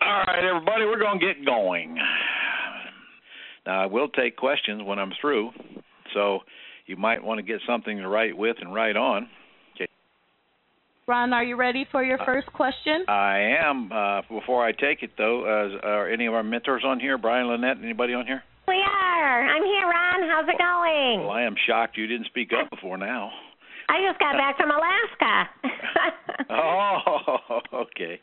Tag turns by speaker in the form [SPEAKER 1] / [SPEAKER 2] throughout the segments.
[SPEAKER 1] All right, everybody, we're going to get going. Now, I will take questions when I'm through, so you might want to get something to write with and write on.
[SPEAKER 2] Ron, are you ready for your first question?
[SPEAKER 1] I am. Uh, before I take it, though, uh, are any of our mentors on here? Brian, Lynette, anybody on here?
[SPEAKER 3] We are. I'm here, Ron. How's it going?
[SPEAKER 1] Well, I am shocked you didn't speak up before now.
[SPEAKER 3] I just got back from Alaska.
[SPEAKER 1] oh, okay.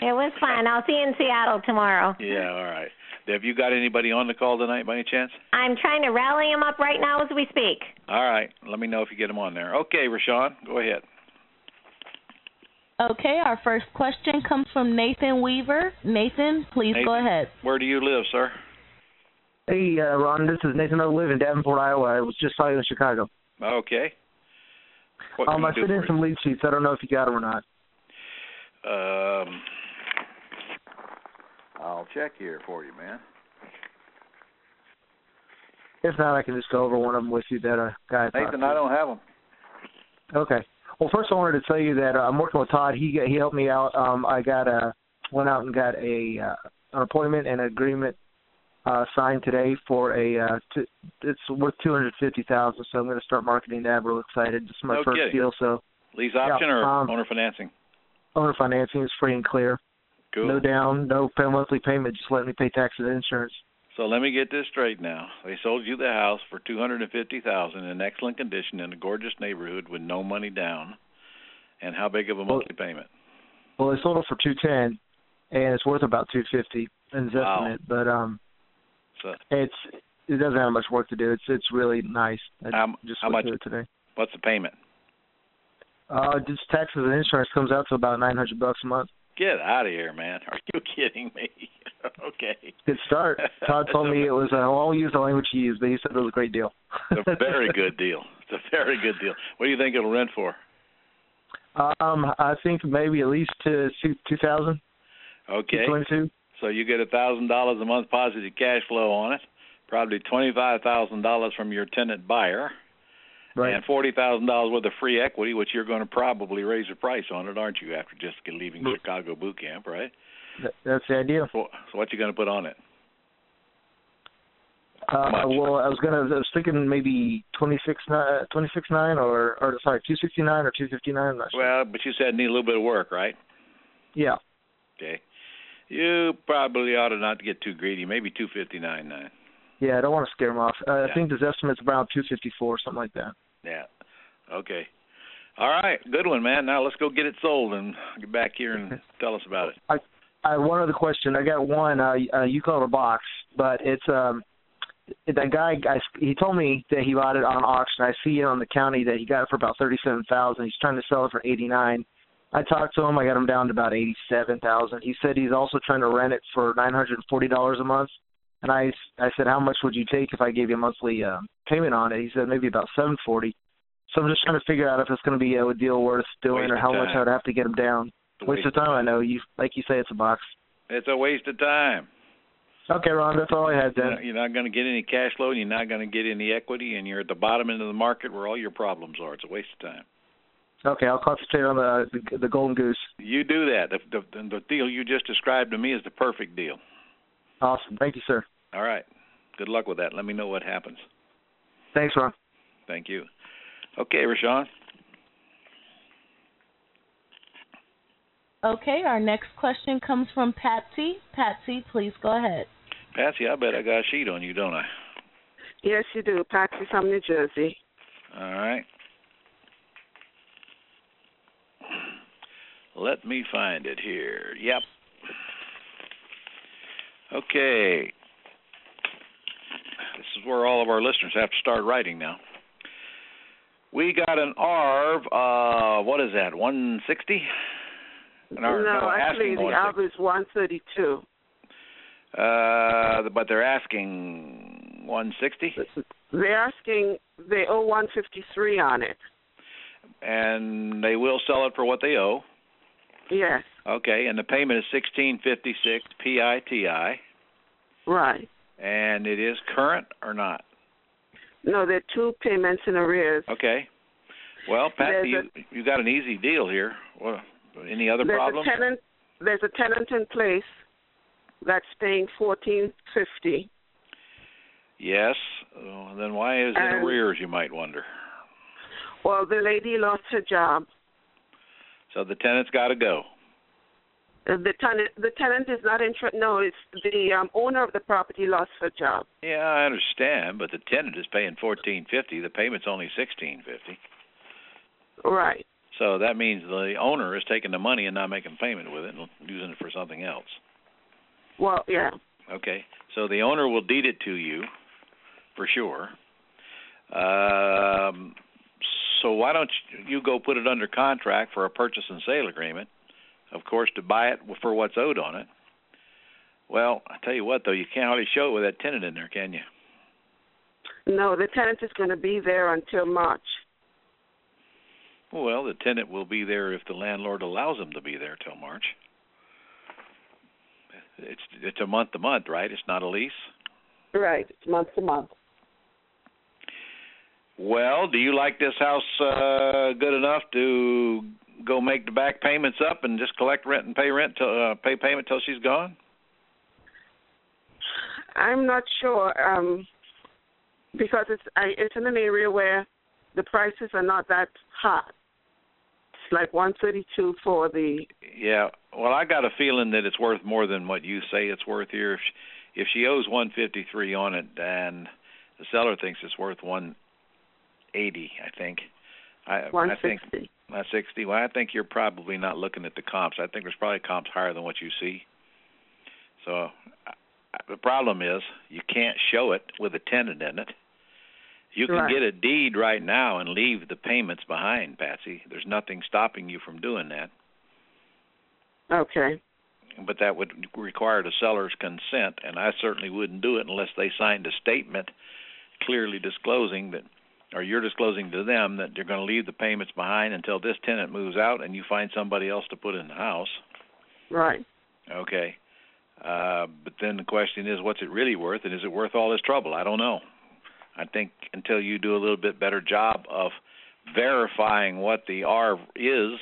[SPEAKER 3] It was fun. I'll see you in Seattle tomorrow.
[SPEAKER 1] Yeah, all right. Have you got anybody on the call tonight by any chance?
[SPEAKER 3] I'm trying to rally them up right now as we speak.
[SPEAKER 1] All right. Let me know if you get them on there. Okay, Rashawn, go ahead.
[SPEAKER 2] Okay, our first question comes from Nathan Weaver. Nathan, please
[SPEAKER 1] Nathan,
[SPEAKER 2] go ahead.
[SPEAKER 1] Where do you live, sir?
[SPEAKER 4] Hey, uh, Ron, this is Nathan. I live in Davenport, Iowa. I was just talking in Chicago.
[SPEAKER 1] Okay. What
[SPEAKER 4] Um,
[SPEAKER 1] can
[SPEAKER 4] I
[SPEAKER 1] we do
[SPEAKER 4] fit in
[SPEAKER 1] for
[SPEAKER 4] some lead sheets. I don't know if you got them or not.
[SPEAKER 1] you? Um, I'll check here for you, man.
[SPEAKER 4] If not, I can just go over one of them with you that a guy. I
[SPEAKER 1] Nathan,
[SPEAKER 4] talked
[SPEAKER 1] I
[SPEAKER 4] to.
[SPEAKER 1] don't have them.
[SPEAKER 4] Okay. Well, first I wanted to tell you that uh, I'm working with Todd. He got, he helped me out. Um, I got a went out and got a uh, an appointment and agreement uh, signed today for a uh, t- it's worth two hundred fifty thousand. So I'm going to start marketing that. I'm real excited. This is my
[SPEAKER 1] No
[SPEAKER 4] first
[SPEAKER 1] kidding.
[SPEAKER 4] deal, so
[SPEAKER 1] Lease
[SPEAKER 4] Yeah,
[SPEAKER 1] option or
[SPEAKER 4] um,
[SPEAKER 1] owner financing?
[SPEAKER 4] owner financing is free and clear.
[SPEAKER 1] Cool.
[SPEAKER 4] No down, no pay monthly payment. Just let me pay taxes and insurance.
[SPEAKER 1] So let me get this straight now. They sold you the house for two hundred and fifty thousand in excellent condition in a gorgeous neighborhood with no money down. And how big of a
[SPEAKER 4] Well-
[SPEAKER 1] monthly payment?
[SPEAKER 4] Well, they sold it for two ten, and it's worth about two fifty investment.
[SPEAKER 1] Wow.
[SPEAKER 4] But um,
[SPEAKER 1] So
[SPEAKER 4] it's it doesn't have much work to do. It's it's really nice. I
[SPEAKER 1] How-
[SPEAKER 4] just
[SPEAKER 1] how much?
[SPEAKER 4] went through it today.
[SPEAKER 1] what's the payment?
[SPEAKER 4] Uh, just taxes and insurance comes out to about nine hundred bucks a month.
[SPEAKER 1] Get out of here, man. Are you kidding me? okay.
[SPEAKER 4] Good start. Todd told me it was. Uh, well, I won't use the language he used, but he said it was a great deal.
[SPEAKER 1] It's a very good deal. It's a very good deal. What do you think it'll rent for?
[SPEAKER 4] Um, I think maybe at least to two two thousand
[SPEAKER 1] Okay.
[SPEAKER 4] two twenty two.
[SPEAKER 1] So you get a thousand dollars a month positive cash flow on it, probably twenty five thousand dollars from your tenant buyer,
[SPEAKER 4] Right.
[SPEAKER 1] and forty thousand dollars worth of free equity, which you're going to probably raise the price on it, aren't you? After just leaving
[SPEAKER 4] Mm.
[SPEAKER 1] Chicago boot camp, right?
[SPEAKER 4] Th- That's the idea.
[SPEAKER 1] So, so what you going to put on it?
[SPEAKER 4] Uh,
[SPEAKER 1] much?
[SPEAKER 4] well, I was gonna. I was thinking maybe twenty six nine, twenty six nine, or or sorry, two sixty nine or two fifty nine. I'm not sure.
[SPEAKER 1] Well, but you said it need a little bit of work, right?
[SPEAKER 4] yeah.
[SPEAKER 1] Okay. You probably ought to not get too greedy. Maybe two fifty nine nine.
[SPEAKER 4] Yeah, I don't want to scare him off. Uh,
[SPEAKER 1] Yeah.
[SPEAKER 4] I think this estimate's around 254, something like that.
[SPEAKER 1] Yeah. Okay. All right. Good one, man. Now let's go get it sold and get back here and tell us about it.
[SPEAKER 4] I have one other question. I got one. Uh, uh, you call it a box, but it's um, that guy. I, he told me that he bought it on auction. I see it on the county that he got it for about thirty-seven thousand. He's trying to sell it for eighty-nine. I talked to him. I got him down to about eighty-seven thousand. He said he's also trying to rent it for nine hundred and forty dollars a month. And I, s- I said, how much would you take if I gave you a monthly um, payment on it? He said maybe about seven forty. So I'm just trying to figure out if it's going to be a deal worth doing,
[SPEAKER 1] Waste
[SPEAKER 4] or
[SPEAKER 1] of
[SPEAKER 4] how much
[SPEAKER 1] time.
[SPEAKER 4] I would have to get him down.
[SPEAKER 1] It's a
[SPEAKER 4] Waste of time, I know. You like you say, it's a box.
[SPEAKER 1] It's a waste of time.
[SPEAKER 4] Okay, Ron, that's all I had
[SPEAKER 1] You're not-
[SPEAKER 4] then.
[SPEAKER 1] You're not going to get any cash flow, and you're not going to get any equity, and you're at the bottom end of the market where all your problems are. It's a waste of time.
[SPEAKER 4] Okay, I'll concentrate on the the, the golden goose.
[SPEAKER 1] You do that. The, the, the deal you just described to me is the perfect deal.
[SPEAKER 4] Awesome, thank you, sir.
[SPEAKER 1] All right. Good luck with that. Let me know what happens.
[SPEAKER 4] Thanks, Ron.
[SPEAKER 1] Thank you. Okay, Rashawn.
[SPEAKER 2] Okay, our next question comes from Patsy. Patsy, please go ahead.
[SPEAKER 1] Patsy, I bet I got a sheet on you, don't I?
[SPEAKER 5] Yes, you do. Patsy from New Jersey.
[SPEAKER 1] All right. Let me find it here. Yep. Okay. This is where all of our listeners have to start writing now. We got an ARV, uh, what is that, 160? An ARV,
[SPEAKER 5] no,
[SPEAKER 1] no,
[SPEAKER 5] actually,
[SPEAKER 1] asking
[SPEAKER 5] the
[SPEAKER 1] 160.
[SPEAKER 5] average is 132.
[SPEAKER 1] Uh, but they're asking 160,
[SPEAKER 5] They're asking, they owe 153 on it.
[SPEAKER 1] and they will sell it for what they owe.
[SPEAKER 5] Yes,
[SPEAKER 1] Okay, and the payment is sixteen fifty six PITI,
[SPEAKER 5] right.
[SPEAKER 1] and it is current or not?
[SPEAKER 5] No, there are two payments in arrears.
[SPEAKER 1] Okay. Well, Pat,
[SPEAKER 5] There's
[SPEAKER 1] you you got an easy deal here. Well, any other
[SPEAKER 5] there's
[SPEAKER 1] problems?
[SPEAKER 5] a tenant. There's a tenant in place. that's paying fourteen fifty.
[SPEAKER 1] Yes. Uh, then why is it
[SPEAKER 5] Um,
[SPEAKER 1] arrears? You might wonder.
[SPEAKER 5] Well, the lady lost her job.
[SPEAKER 1] So the tenant's got to go.
[SPEAKER 5] Uh, The tenant, the tenant is not interested. No, it's the um, owner of the property lost her job.
[SPEAKER 1] Yeah, I understand, but the tenant is paying fourteen fifty. The payment's only sixteen fifty.
[SPEAKER 5] Right.
[SPEAKER 1] So that means the owner is taking the money and not making payment with it and using it for something else.
[SPEAKER 5] Well, yeah.
[SPEAKER 1] Okay. So the owner will deed it to you for sure. Um so why don't you go put it under contract for a purchase and sale agreement? Of course to buy it for what's owed on it. Well, I tell you what though, you can't hardly show it with that tenant in there, can you?
[SPEAKER 5] No, the tenant is going to be there until March.
[SPEAKER 1] Well, the tenant will be there if the landlord allows him to be there till March. It's it's a month to month, right? It's not a lease.
[SPEAKER 5] Right. It's month to month.
[SPEAKER 1] Well, do you like this house uh good enough to go make the back payments up and just collect rent and pay rent till uh, pay payment till she's gone?
[SPEAKER 5] I'm not sure um, because it's I, it's in an area where the prices are not that hot. It's like 132 for the
[SPEAKER 1] Yeah. Well, I got a feeling that it's worth more than what you say it's worth here. If she, if she owes 153 on it and the seller thinks it's worth 180, I think. I Uh, I think
[SPEAKER 5] 160.
[SPEAKER 1] Not 60. Well, I think you're probably not looking at the comps. I think there's probably comps higher than what you see. So I- I- the problem is you can't show it with a tenant in it. You can
[SPEAKER 5] Right.
[SPEAKER 1] get a deed right now and leave the payments behind, Patsy. There's nothing stopping you from doing that,
[SPEAKER 5] okay.
[SPEAKER 1] but that would require the seller's consent, and I certainly wouldn't do it unless they signed a statement clearly disclosing that or you're disclosing to them that you're going to leave the payments behind until this tenant moves out and you find somebody else to put in the house.
[SPEAKER 5] Right.
[SPEAKER 1] Okay. Uh, but then the question is, what's it really worth, and is it worth all this trouble? I don't know. I think until you do a little bit better job of verifying what the R is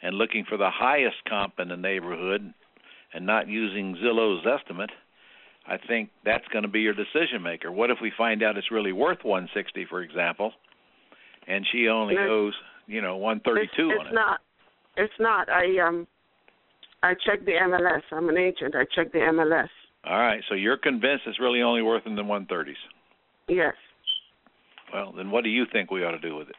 [SPEAKER 1] and looking for the highest comp in the neighborhood and not using Zillow's estimate, I think that's going to be your decision maker. What if we find out it's really worth 160, for example, and she only
[SPEAKER 5] No.
[SPEAKER 1] owes, you know, 132
[SPEAKER 5] It's,
[SPEAKER 1] on
[SPEAKER 5] it's
[SPEAKER 1] it?
[SPEAKER 5] not. It's not. I um I checked the MLS. I'm an agent. I checked the MLS.
[SPEAKER 1] All right, so you're convinced it's really only worth in the 130s.
[SPEAKER 5] Yes.
[SPEAKER 1] Well, then what do you think we ought to do with it?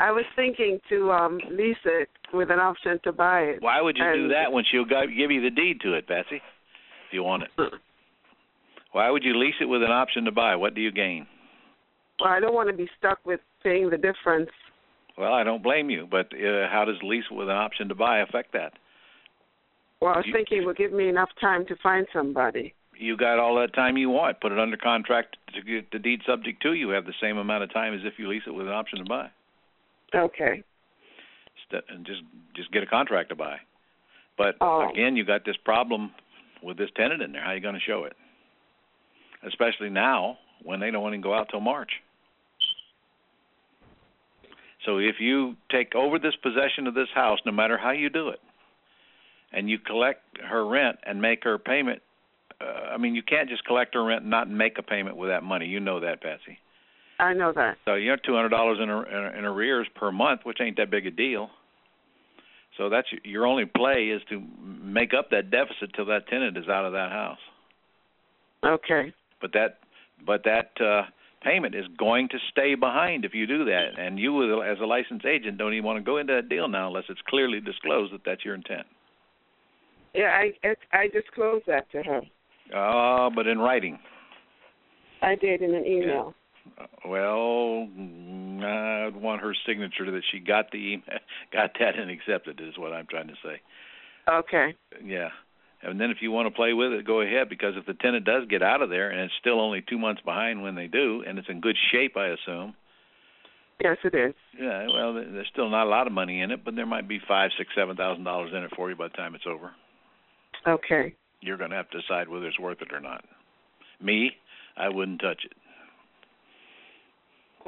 [SPEAKER 5] I was thinking to um lease it with an option to buy it.
[SPEAKER 1] Why would you do
[SPEAKER 5] And-
[SPEAKER 1] that when she'll go- give you the deed to it, Patsy? If you want it. Why would you lease it with an option to buy? What do you gain?
[SPEAKER 5] Well, I don't want to be stuck with paying the difference.
[SPEAKER 1] Well, I don't blame you, but uh, how does lease with an option to buy affect that?
[SPEAKER 5] Well, I was
[SPEAKER 1] You-
[SPEAKER 5] thinking it would give me enough time to find somebody.
[SPEAKER 1] You got all that time you want. Put it under contract to get the deed subject to. You have the same amount of time as if you lease it with an option to buy.
[SPEAKER 5] Okay.
[SPEAKER 1] St- and just just get a contract to buy. But
[SPEAKER 5] Oh.
[SPEAKER 1] again, you got this problem with this tenant in there. How you going to show it? Especially now when they don't want to go out till March. So if you take over this possession of this house, no matter how you do it, and you collect her rent and make her payment, uh, I mean, you can't just collect her rent and not make a payment with that money. You know that, Patsy.
[SPEAKER 5] I know that.
[SPEAKER 1] So you know, two hundred dollars in, ar- in arrears per month, which ain't that big a deal. So that's your- your only play is to make up that deficit till that tenant is out of that house.
[SPEAKER 5] Okay.
[SPEAKER 1] But that, but that uh, payment is going to stay behind if you do that. And you, as a- as a licensed agent, don't even want to go into that deal now unless it's clearly disclosed that that's your intent.
[SPEAKER 5] Yeah, I it, I disclosed that to her.
[SPEAKER 1] Uh, but in writing.
[SPEAKER 5] I did in an email.
[SPEAKER 1] Uh, Well, mm, I'd want her signature that she got the email, got that and accepted is what I'm trying to say.
[SPEAKER 5] Okay.
[SPEAKER 1] Yeah. And then if you want to play with it, go ahead because if the tenant does get out of there and it's still only two months behind when they do, and it's in good shape, I assume.
[SPEAKER 5] Yes, it is.
[SPEAKER 1] Yeah, well, th- there's still not a lot of money in it, but there might be five, six, seven thousand dollars in it for you by the time it's over.
[SPEAKER 5] Okay.
[SPEAKER 1] You're going to have to decide whether it's worth it or not. Me, I wouldn't touch it.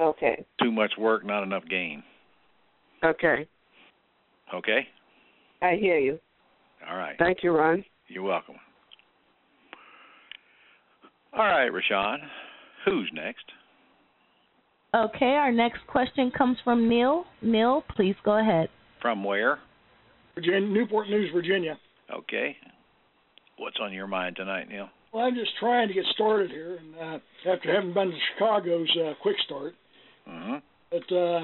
[SPEAKER 5] Okay.
[SPEAKER 1] Too much work, not enough gain.
[SPEAKER 5] Okay.
[SPEAKER 1] Okay.
[SPEAKER 5] I hear you.
[SPEAKER 1] All right.
[SPEAKER 5] Thank you, Ron.
[SPEAKER 1] You're welcome. All right, Rashawn. Who's next?
[SPEAKER 2] Okay, our next question comes from Neil. Neil, please go ahead.
[SPEAKER 1] From where?
[SPEAKER 6] Virginia, Newport News, Virginia.
[SPEAKER 1] Okay. What's on your mind tonight, Neil?
[SPEAKER 6] Well, I'm just trying to get started here, and uh, after having been to Chicago's uh, quick start,
[SPEAKER 1] hmm
[SPEAKER 6] but uh,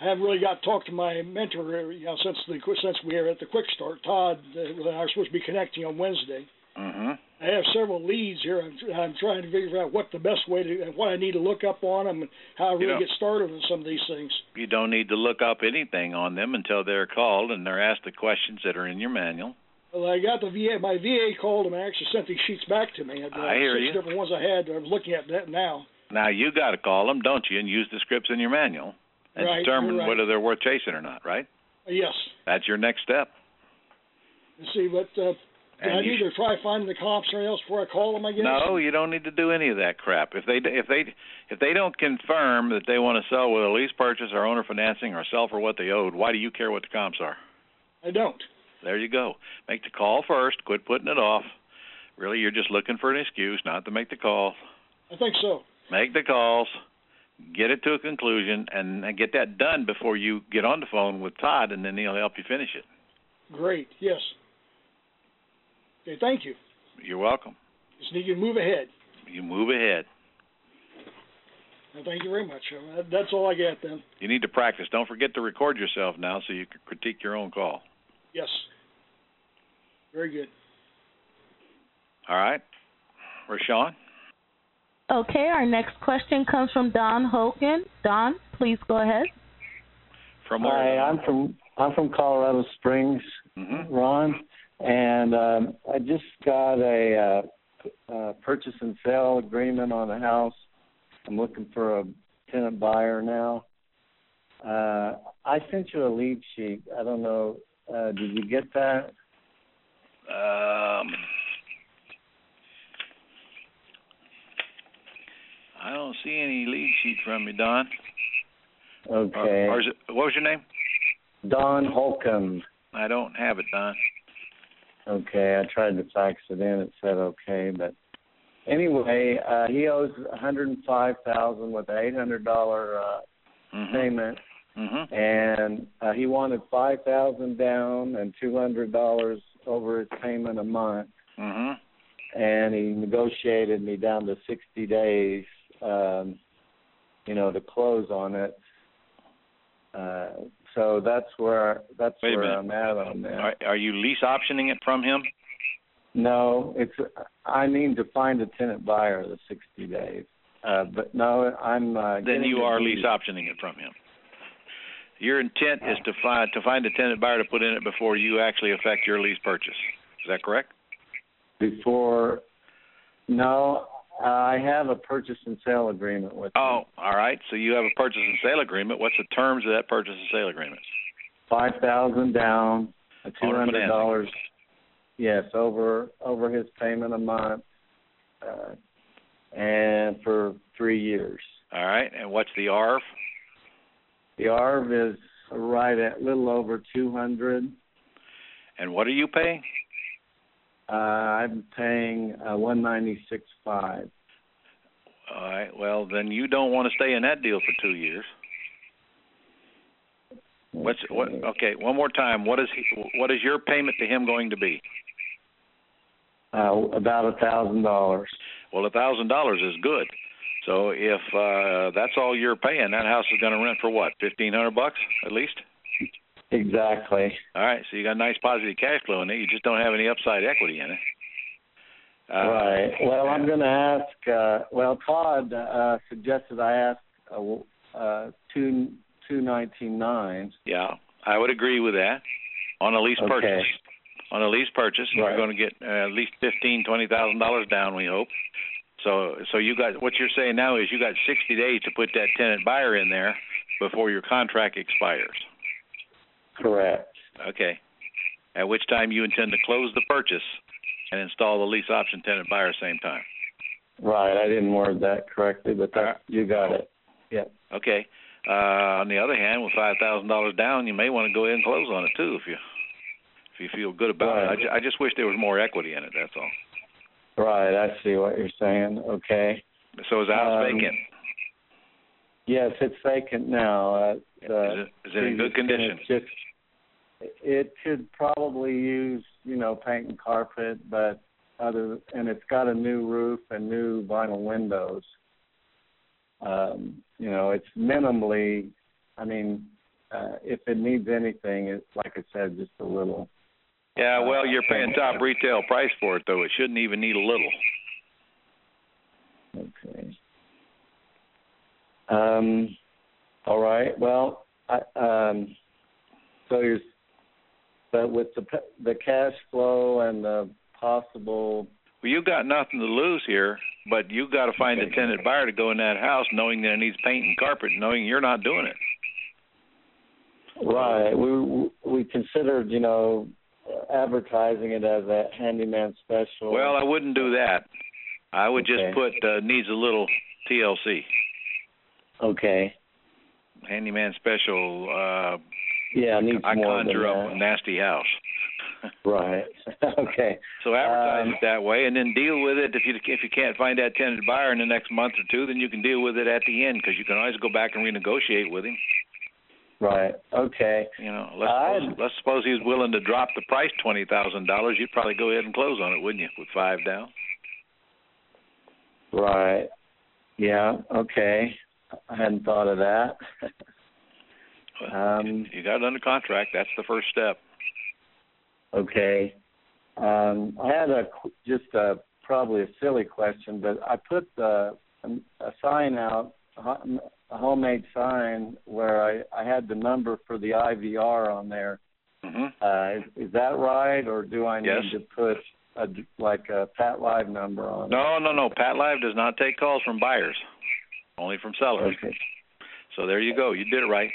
[SPEAKER 6] I haven't really got to talk to my mentor, uh, you know, since the since we are at the quick start. Todd, uh, I was supposed to be connecting on Wednesday.
[SPEAKER 1] hmm
[SPEAKER 6] I have several leads here. I'm, tr- I'm trying to figure out what the best way to, what I need to look up on them, and how I really
[SPEAKER 1] know-
[SPEAKER 6] get started on some of these things.
[SPEAKER 1] You don't need to look up anything on them until they're called and they're asked the questions that are in your manual.
[SPEAKER 6] Well, I got the VA. My VA called them and actually sent these sheets back to me. I've got
[SPEAKER 1] I hear
[SPEAKER 6] six
[SPEAKER 1] you.
[SPEAKER 6] different ones I had. I'm looking at that now.
[SPEAKER 1] Now you got to call them, don't you, and use the scripts in your manual and
[SPEAKER 6] Right,
[SPEAKER 1] determine
[SPEAKER 6] you're right.
[SPEAKER 1] whether they're worth chasing or not. Right?
[SPEAKER 6] Yes.
[SPEAKER 1] That's your next step.
[SPEAKER 6] You see, but uh, do I
[SPEAKER 1] And you
[SPEAKER 6] need to try finding the comps or anything else before I call them? I guess.
[SPEAKER 1] No, you don't need to do any of that crap. If they if they if they don't confirm that they want to sell with a lease purchase or owner financing or sell for what they owed, why do you care what the comps are?
[SPEAKER 6] I don't.
[SPEAKER 1] There you go. Make the call first. Quit putting it off. Really, you're just looking for an excuse not to make the call.
[SPEAKER 6] I think so.
[SPEAKER 1] Make the calls. Get it to a conclusion and, and get that done before you get on the phone with Todd, and then he'll help you finish it.
[SPEAKER 6] Great. Yes. Okay. Thank you.
[SPEAKER 1] You're welcome.
[SPEAKER 6] Just need you to move ahead.
[SPEAKER 1] You move ahead.
[SPEAKER 6] Well, thank you very much. Uh, That's all I got then.
[SPEAKER 1] You need to practice. Don't forget to record yourself now so you can critique your own call.
[SPEAKER 6] Yes. Very good.
[SPEAKER 1] All right? Rashawn?
[SPEAKER 2] Okay, our next question comes from Don Hogan. Don, please go ahead.
[SPEAKER 1] From
[SPEAKER 7] Hi, I'm from I'm from Colorado Springs,
[SPEAKER 1] Mhm.
[SPEAKER 7] Ron, and um, I just got a, uh uh purchase and sale agreement on a house. I'm looking for a tenant buyer now. Uh, I sent you a lead sheet. I don't know. Uh, did you get that?
[SPEAKER 1] Um, I don't see any lead sheet from you, Don. Or-
[SPEAKER 7] Okay.
[SPEAKER 1] or is it, what was your name?
[SPEAKER 7] Don Holcomb.
[SPEAKER 1] I don't have it, Don.
[SPEAKER 7] Okay, I tried to fax it in. It said okay, but anyway, uh, he owes one hundred and five thousand with an eight hundred dollar uh, payment,
[SPEAKER 1] Mm-hmm.
[SPEAKER 7] and uh, he wanted five thousand down and two hundred dollars over his payment a month.
[SPEAKER 1] hmm
[SPEAKER 7] And he negotiated me down to sixty days, um, you know, to close on it. Uh, so that's where that's
[SPEAKER 1] Wait a
[SPEAKER 7] where
[SPEAKER 1] minute.
[SPEAKER 7] I'm at on that.
[SPEAKER 1] Are, are you lease optioning it from him?
[SPEAKER 7] No, it's I mean to find a tenant buyer the sixty days. Uh, but no, I'm uh,
[SPEAKER 1] Then
[SPEAKER 7] getting
[SPEAKER 1] you
[SPEAKER 7] the
[SPEAKER 1] are
[SPEAKER 7] deed.
[SPEAKER 1] lease optioning it from him. Your intent is to find to find a tenant buyer to put in it before you actually affect your lease purchase. Is that correct?
[SPEAKER 7] before. No, uh, I have a purchase and sale agreement with. them.
[SPEAKER 1] Oh, all right. So you have a purchase and sale agreement. What's the terms of that purchase and sale agreement?
[SPEAKER 7] five thousand down, a two
[SPEAKER 1] Owner
[SPEAKER 7] hundred dollars.
[SPEAKER 1] financing.
[SPEAKER 7] Yes, over over his payment a month, uh, and for three years.
[SPEAKER 1] All right. And what's the ARV?
[SPEAKER 7] The ARV is right at little over two hundred.
[SPEAKER 1] And what are you paying?
[SPEAKER 7] Uh, I'm paying uh, one ninety six five.
[SPEAKER 1] All right. Well, then you don't want to stay in that deal for two years. What's what? Okay. One more time. What is he, what is your payment to him going to be?
[SPEAKER 7] Uh, about a thousand dollars.
[SPEAKER 1] Well, a thousand dollars is good. So if uh that's all you're paying, that house is going to rent for what? Fifteen hundred bucks at least.
[SPEAKER 7] Exactly.
[SPEAKER 1] All right. So you got a nice positive cash flow in it. You just don't have any upside equity in it. Uh,
[SPEAKER 7] right. Well, I'm going to ask. Uh, well, Todd uh, suggested I ask uh, uh, two two ninety nine.
[SPEAKER 1] Yeah, I would agree with that. On a lease
[SPEAKER 7] Okay.
[SPEAKER 1] purchase. On a lease purchase,
[SPEAKER 7] Right.
[SPEAKER 1] you're going to get uh, at least fifteen, twenty thousand dollars down. We hope. So, so you got what you're saying now is you got 60 days to put that tenant buyer in there before your contract expires.
[SPEAKER 7] Correct.
[SPEAKER 1] Okay. At which time you intend to close the purchase and install the lease option tenant buyer same time.
[SPEAKER 7] Right. I didn't word that correctly, but that
[SPEAKER 1] Alright.
[SPEAKER 7] you got it.
[SPEAKER 1] Okay. Uh, on the other hand, with five thousand dollars down, you may want to go ahead and close on it too if you if you feel good about it. I,
[SPEAKER 7] Right.
[SPEAKER 1] ju- I just wish there was more equity in it. That's all.
[SPEAKER 7] Right, I see what you're saying. Okay.
[SPEAKER 1] So is the house
[SPEAKER 7] Um,
[SPEAKER 1] vacant?
[SPEAKER 7] Yes, it's vacant now. Uh, the
[SPEAKER 1] Is it, is it in good condition?
[SPEAKER 7] It's just- it could probably use, you know, paint and carpet, but other and it's got a new roof and new vinyl windows. Um, you know, it's minimally. I mean, uh, if it needs anything, it's like I said, just a little.
[SPEAKER 1] Yeah, well, you're
[SPEAKER 7] Uh,
[SPEAKER 1] paying top retail price for it, though. It shouldn't even need a little.
[SPEAKER 7] Okay. Um, all right. Well, I, um, so you're, but with the p- the cash flow and the possible,
[SPEAKER 1] Well, you got nothing to lose here, but you got to find a tenant buyer to go in that house, knowing that it needs paint and carpet, knowing you're not doing it.
[SPEAKER 7] right? We we considered, you know, advertising it as a handyman special.
[SPEAKER 1] Well, I wouldn't do that. I would just
[SPEAKER 7] Okay.
[SPEAKER 1] put uh, needs a little TLC,
[SPEAKER 7] okay.
[SPEAKER 1] handyman special. Uh,
[SPEAKER 7] Yeah, it needs
[SPEAKER 1] I
[SPEAKER 7] more
[SPEAKER 1] conjure
[SPEAKER 7] than
[SPEAKER 1] up a nasty house.
[SPEAKER 7] that. Right. okay.
[SPEAKER 1] So advertise
[SPEAKER 7] Um,
[SPEAKER 1] it that way, and then deal with it. If you if you can't find that tenant buyer in the next month or two, then you can deal with it at the end because you can always go back and renegotiate with him.
[SPEAKER 7] Right. Okay.
[SPEAKER 1] You know, let's
[SPEAKER 7] I'd-
[SPEAKER 1] suppose, let's suppose he was willing to drop the price twenty thousand dollars. You'd probably go ahead and close on it, wouldn't you? With five down.
[SPEAKER 7] Right. Yeah. Okay. I hadn't thought of that. um,
[SPEAKER 1] You got it under contract. That's the first step.
[SPEAKER 7] okay. Um, I had a qu- just a probably a silly question, but I put the, um, a sign out, ho- a homemade sign where I, I had the number for the IVR on there.
[SPEAKER 1] hmm
[SPEAKER 7] Uh, is, is that right, or do I need
[SPEAKER 1] Yes.
[SPEAKER 7] to put a, like a Pat Live number on? it?
[SPEAKER 1] No, no, no. Pat Live does not take calls from buyers, only from sellers.
[SPEAKER 7] Okay.
[SPEAKER 1] So there you go. You did it right.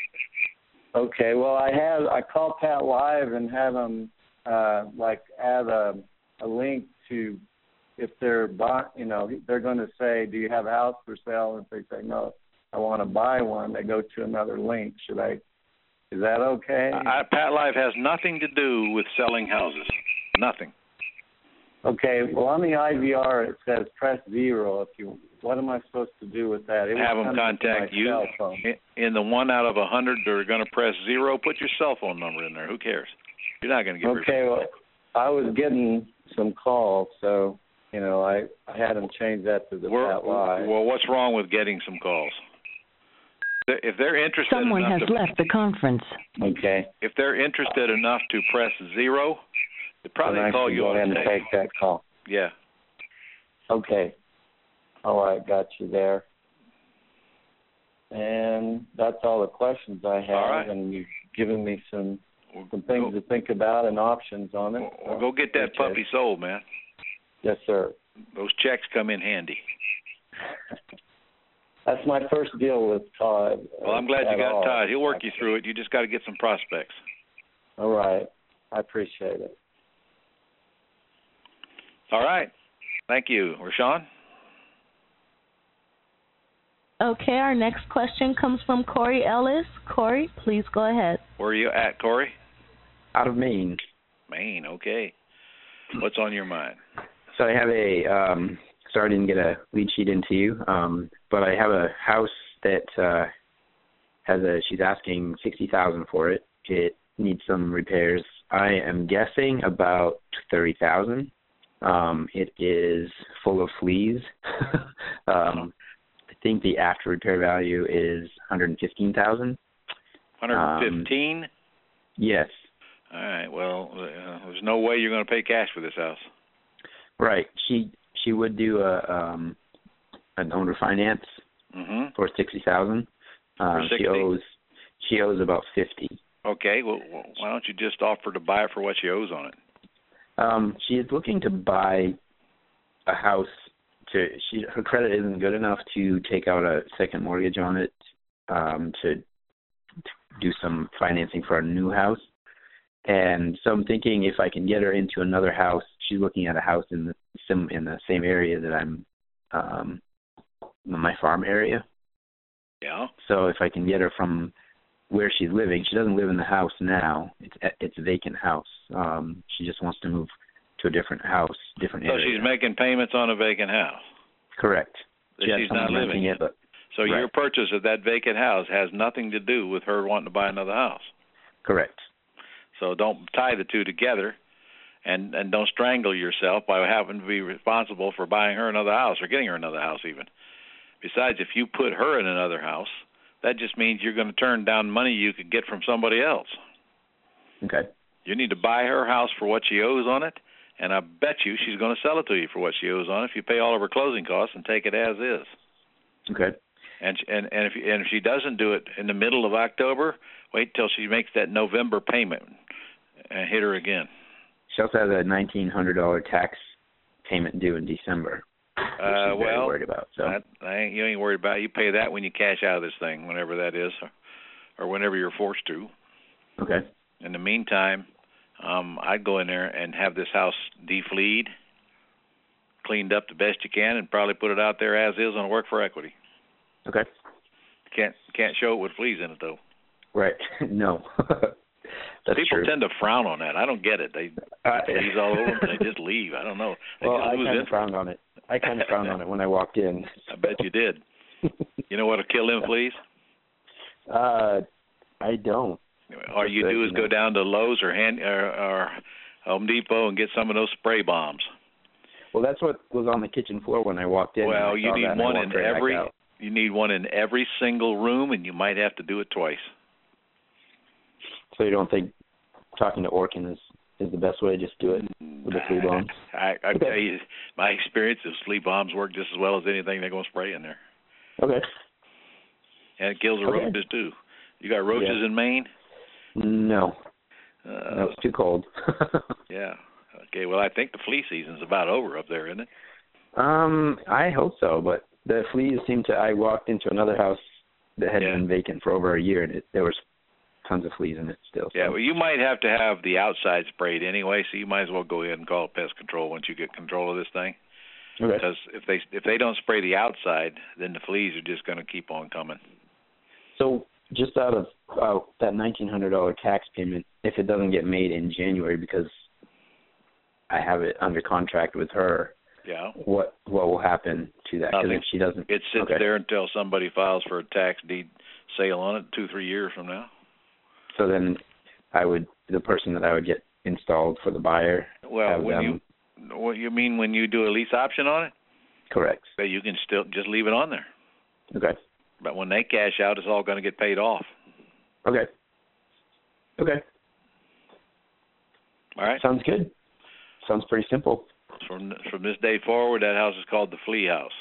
[SPEAKER 7] Okay, well, I had I called Pat Live and had them uh, like add a a link to if they're buy, you know, they're going to say, "Do you have a house for sale?" And if they say no, I want to buy one, they go to another link. Should I? Is that okay?
[SPEAKER 1] I, Pat Live has nothing to do with selling houses. Nothing.
[SPEAKER 7] okay, well, on the IVR it says press zero if you. What am I supposed to do with that? It
[SPEAKER 1] Have
[SPEAKER 7] was
[SPEAKER 1] them
[SPEAKER 7] coming to
[SPEAKER 1] contact
[SPEAKER 7] my
[SPEAKER 1] you.
[SPEAKER 7] cell phone.
[SPEAKER 1] In- In the one out of a hundred, they're going to press zero. Put your cell phone number in there. Who cares? You're not going to get rid of
[SPEAKER 7] Okay, well, I was getting some calls, so you know, I I had them change that to the
[SPEAKER 1] We're-
[SPEAKER 7] Pat Live.
[SPEAKER 1] Well, what's wrong with getting some calls? If they're interested
[SPEAKER 8] Someone
[SPEAKER 1] enough
[SPEAKER 8] has
[SPEAKER 1] to,
[SPEAKER 8] left the conference.
[SPEAKER 7] Okay.
[SPEAKER 1] if they're interested enough to press zero, they
[SPEAKER 7] Then
[SPEAKER 1] probably
[SPEAKER 7] I
[SPEAKER 1] call
[SPEAKER 7] can
[SPEAKER 1] you
[SPEAKER 7] go
[SPEAKER 1] on
[SPEAKER 7] ahead
[SPEAKER 1] the
[SPEAKER 7] and
[SPEAKER 1] tape.
[SPEAKER 7] take that call.
[SPEAKER 1] Yeah.
[SPEAKER 7] Okay. All right, got you there. And that's all the questions I have,
[SPEAKER 1] All right.
[SPEAKER 7] and you've given me some
[SPEAKER 1] We'll,
[SPEAKER 7] some things to
[SPEAKER 1] we'll,
[SPEAKER 7] think about and options on it.
[SPEAKER 1] we'll go get that
[SPEAKER 7] Appreciate
[SPEAKER 1] puppy
[SPEAKER 7] it.
[SPEAKER 1] sold, man.
[SPEAKER 7] Yes, sir.
[SPEAKER 1] Those checks come in handy.
[SPEAKER 7] That's my first deal with Todd. uh,
[SPEAKER 1] Well, I'm glad you
[SPEAKER 7] at
[SPEAKER 1] got
[SPEAKER 7] all.
[SPEAKER 1] Todd. He'll work you through it. You just got to get some prospects.
[SPEAKER 7] All right, I appreciate it.
[SPEAKER 1] All right. Thank you, Rashawn.
[SPEAKER 2] Okay, our next question comes from Corey Ellis. Corey, please go ahead.
[SPEAKER 1] Where are you at, Corey?
[SPEAKER 9] out of Maine.
[SPEAKER 1] Maine. Okay. What's on your mind?
[SPEAKER 9] So I have a um sorry I didn't get a lead sheet into you. Um but I have a house that uh has a she's asking sixty thousand for it. It needs some repairs. I am guessing about thirty thousand. Um it is full of fleas. um I think the after repair value is hundred and fifteen thousand. Um,
[SPEAKER 1] 115.
[SPEAKER 9] Yes.
[SPEAKER 1] All right. Well, uh, there's no way you're going to pay cash for this house.
[SPEAKER 9] Right. She she would do a um an owner finance
[SPEAKER 1] Mhm.
[SPEAKER 9] for sixty thousand. Um, she
[SPEAKER 1] 60?
[SPEAKER 9] owes she owes about fifty.
[SPEAKER 1] Okay. Well, well, why don't you just offer to buy it for what she owes on it?
[SPEAKER 9] Um, she is looking to buy a house. To she her credit isn't good enough to take out a second mortgage on it. Um, to, to do some financing for a new house. And so I'm thinking if I can get her into another house, she's looking at a house in the sim in the same area that I'm, um, my farm area.
[SPEAKER 1] Yeah.
[SPEAKER 9] So if I can get her from where she's living. She doesn't live in the house now. It's a- it's a vacant house. Um, she just wants to move to a different house, different
[SPEAKER 1] So
[SPEAKER 9] area.
[SPEAKER 1] she's making payments on a vacant house
[SPEAKER 9] Correct.
[SPEAKER 1] that
[SPEAKER 9] She has
[SPEAKER 1] she's not
[SPEAKER 9] someone
[SPEAKER 1] living
[SPEAKER 9] renting
[SPEAKER 1] in.
[SPEAKER 9] it, but
[SPEAKER 1] So your
[SPEAKER 9] Right.
[SPEAKER 1] purchase of that vacant house has nothing to do with her wanting to buy another house.
[SPEAKER 9] correct.
[SPEAKER 1] So don't tie the two together, and and don't strangle yourself by having to be responsible for buying her another house or getting her another house even. Besides, if you put her in another house, that just means you're going to turn down money you could get from somebody else.
[SPEAKER 9] Okay.
[SPEAKER 1] You need to buy her house for what she owes on it, and I bet you she's going to sell it to you for what she owes on it if you pay all of her closing costs and take it as is.
[SPEAKER 9] Okay.
[SPEAKER 1] And she, and and if and if she doesn't do it in the middle of October, wait till she makes that November payment and hit her again.
[SPEAKER 9] She also has a nineteen hundred dollar tax payment due in December, which
[SPEAKER 1] Uh,
[SPEAKER 9] she's very
[SPEAKER 1] well,
[SPEAKER 9] worried about. So
[SPEAKER 1] that, I ain't, you ain't worried about it. You pay that when you cash out of this thing, whenever that is, or, or whenever you're forced to.
[SPEAKER 9] okay.
[SPEAKER 1] In the meantime, um, I'd go in there and have this house defleed, cleaned up the best you can, and probably put it out there as is on work for equity.
[SPEAKER 9] Okay.
[SPEAKER 1] Can't can't show it with fleas in it though.
[SPEAKER 9] Right. no. That's
[SPEAKER 1] People
[SPEAKER 9] true.
[SPEAKER 1] tend to frown on that. I don't get it. They
[SPEAKER 9] uh,
[SPEAKER 1] fleas all over them. They just leave. I don't know. They
[SPEAKER 9] well,
[SPEAKER 1] just
[SPEAKER 9] I
[SPEAKER 1] lose
[SPEAKER 9] kind of
[SPEAKER 1] interest.
[SPEAKER 9] frowned on it. I kind of frowned on it when I walked in.
[SPEAKER 1] I bet you did. You know what'll kill them fleas?
[SPEAKER 9] Uh, I don't.
[SPEAKER 1] All you do is go down to Lowe's or hand or, or Home Depot and get some of those spray bombs.
[SPEAKER 9] Well, that's what was on the kitchen floor when I walked in. and
[SPEAKER 1] Well,
[SPEAKER 9] I
[SPEAKER 1] you
[SPEAKER 9] saw
[SPEAKER 1] need
[SPEAKER 9] that and I
[SPEAKER 1] one
[SPEAKER 9] walked
[SPEAKER 1] in
[SPEAKER 9] right back
[SPEAKER 1] every-
[SPEAKER 9] out.
[SPEAKER 1] You need one in every single room, and you might have to do it twice.
[SPEAKER 9] So you don't think talking to Orkin is is the best way? Just do it with the flea bombs.
[SPEAKER 1] I, I tell you, my experience is flea bombs work just as well as anything they're going to spray in there,
[SPEAKER 9] Okay.
[SPEAKER 1] and it kills the
[SPEAKER 9] Okay.
[SPEAKER 1] roaches too. You got roaches
[SPEAKER 9] Yeah.
[SPEAKER 1] in Maine?
[SPEAKER 9] No,
[SPEAKER 1] Uh,
[SPEAKER 9] no, it's too cold.
[SPEAKER 1] Yeah. Okay. Well, I think the flea season's about over up there, isn't it?
[SPEAKER 9] um, I hope so, but the fleas seem to. I walked into another house that had
[SPEAKER 1] Yeah.
[SPEAKER 9] been vacant for over a year, and it, there was tons of fleas in it still. So.
[SPEAKER 1] Yeah. Well, you might have to have the outside sprayed anyway, so you might as well go ahead and call pest control once you get control of this thing.
[SPEAKER 9] okay.
[SPEAKER 1] Because if they if they don't spray the outside, then the fleas are just going to keep on coming.
[SPEAKER 9] So just out of uh, that nineteen hundred dollar tax payment, if it doesn't get made in January because I have it under contract with her,
[SPEAKER 1] Yeah.
[SPEAKER 9] what what will happen to that? Because
[SPEAKER 1] Nothing.
[SPEAKER 9] if she doesn't,
[SPEAKER 1] It sits
[SPEAKER 9] Okay.
[SPEAKER 1] there until somebody files for a tax deed sale on it two three years from now.
[SPEAKER 9] so then I would the person that I would get installed for the buyer.
[SPEAKER 1] Well,
[SPEAKER 9] have
[SPEAKER 1] when
[SPEAKER 9] them,
[SPEAKER 1] you what you mean when you do a lease option on it,
[SPEAKER 9] correct.
[SPEAKER 1] that you can still just leave it on there.
[SPEAKER 9] Okay.
[SPEAKER 1] But when they cash out, it's all going to get paid off.
[SPEAKER 9] Okay. Okay.
[SPEAKER 1] All right.
[SPEAKER 9] Sounds good. Sounds pretty simple.
[SPEAKER 1] From from this day forward, that house is called the Flea House.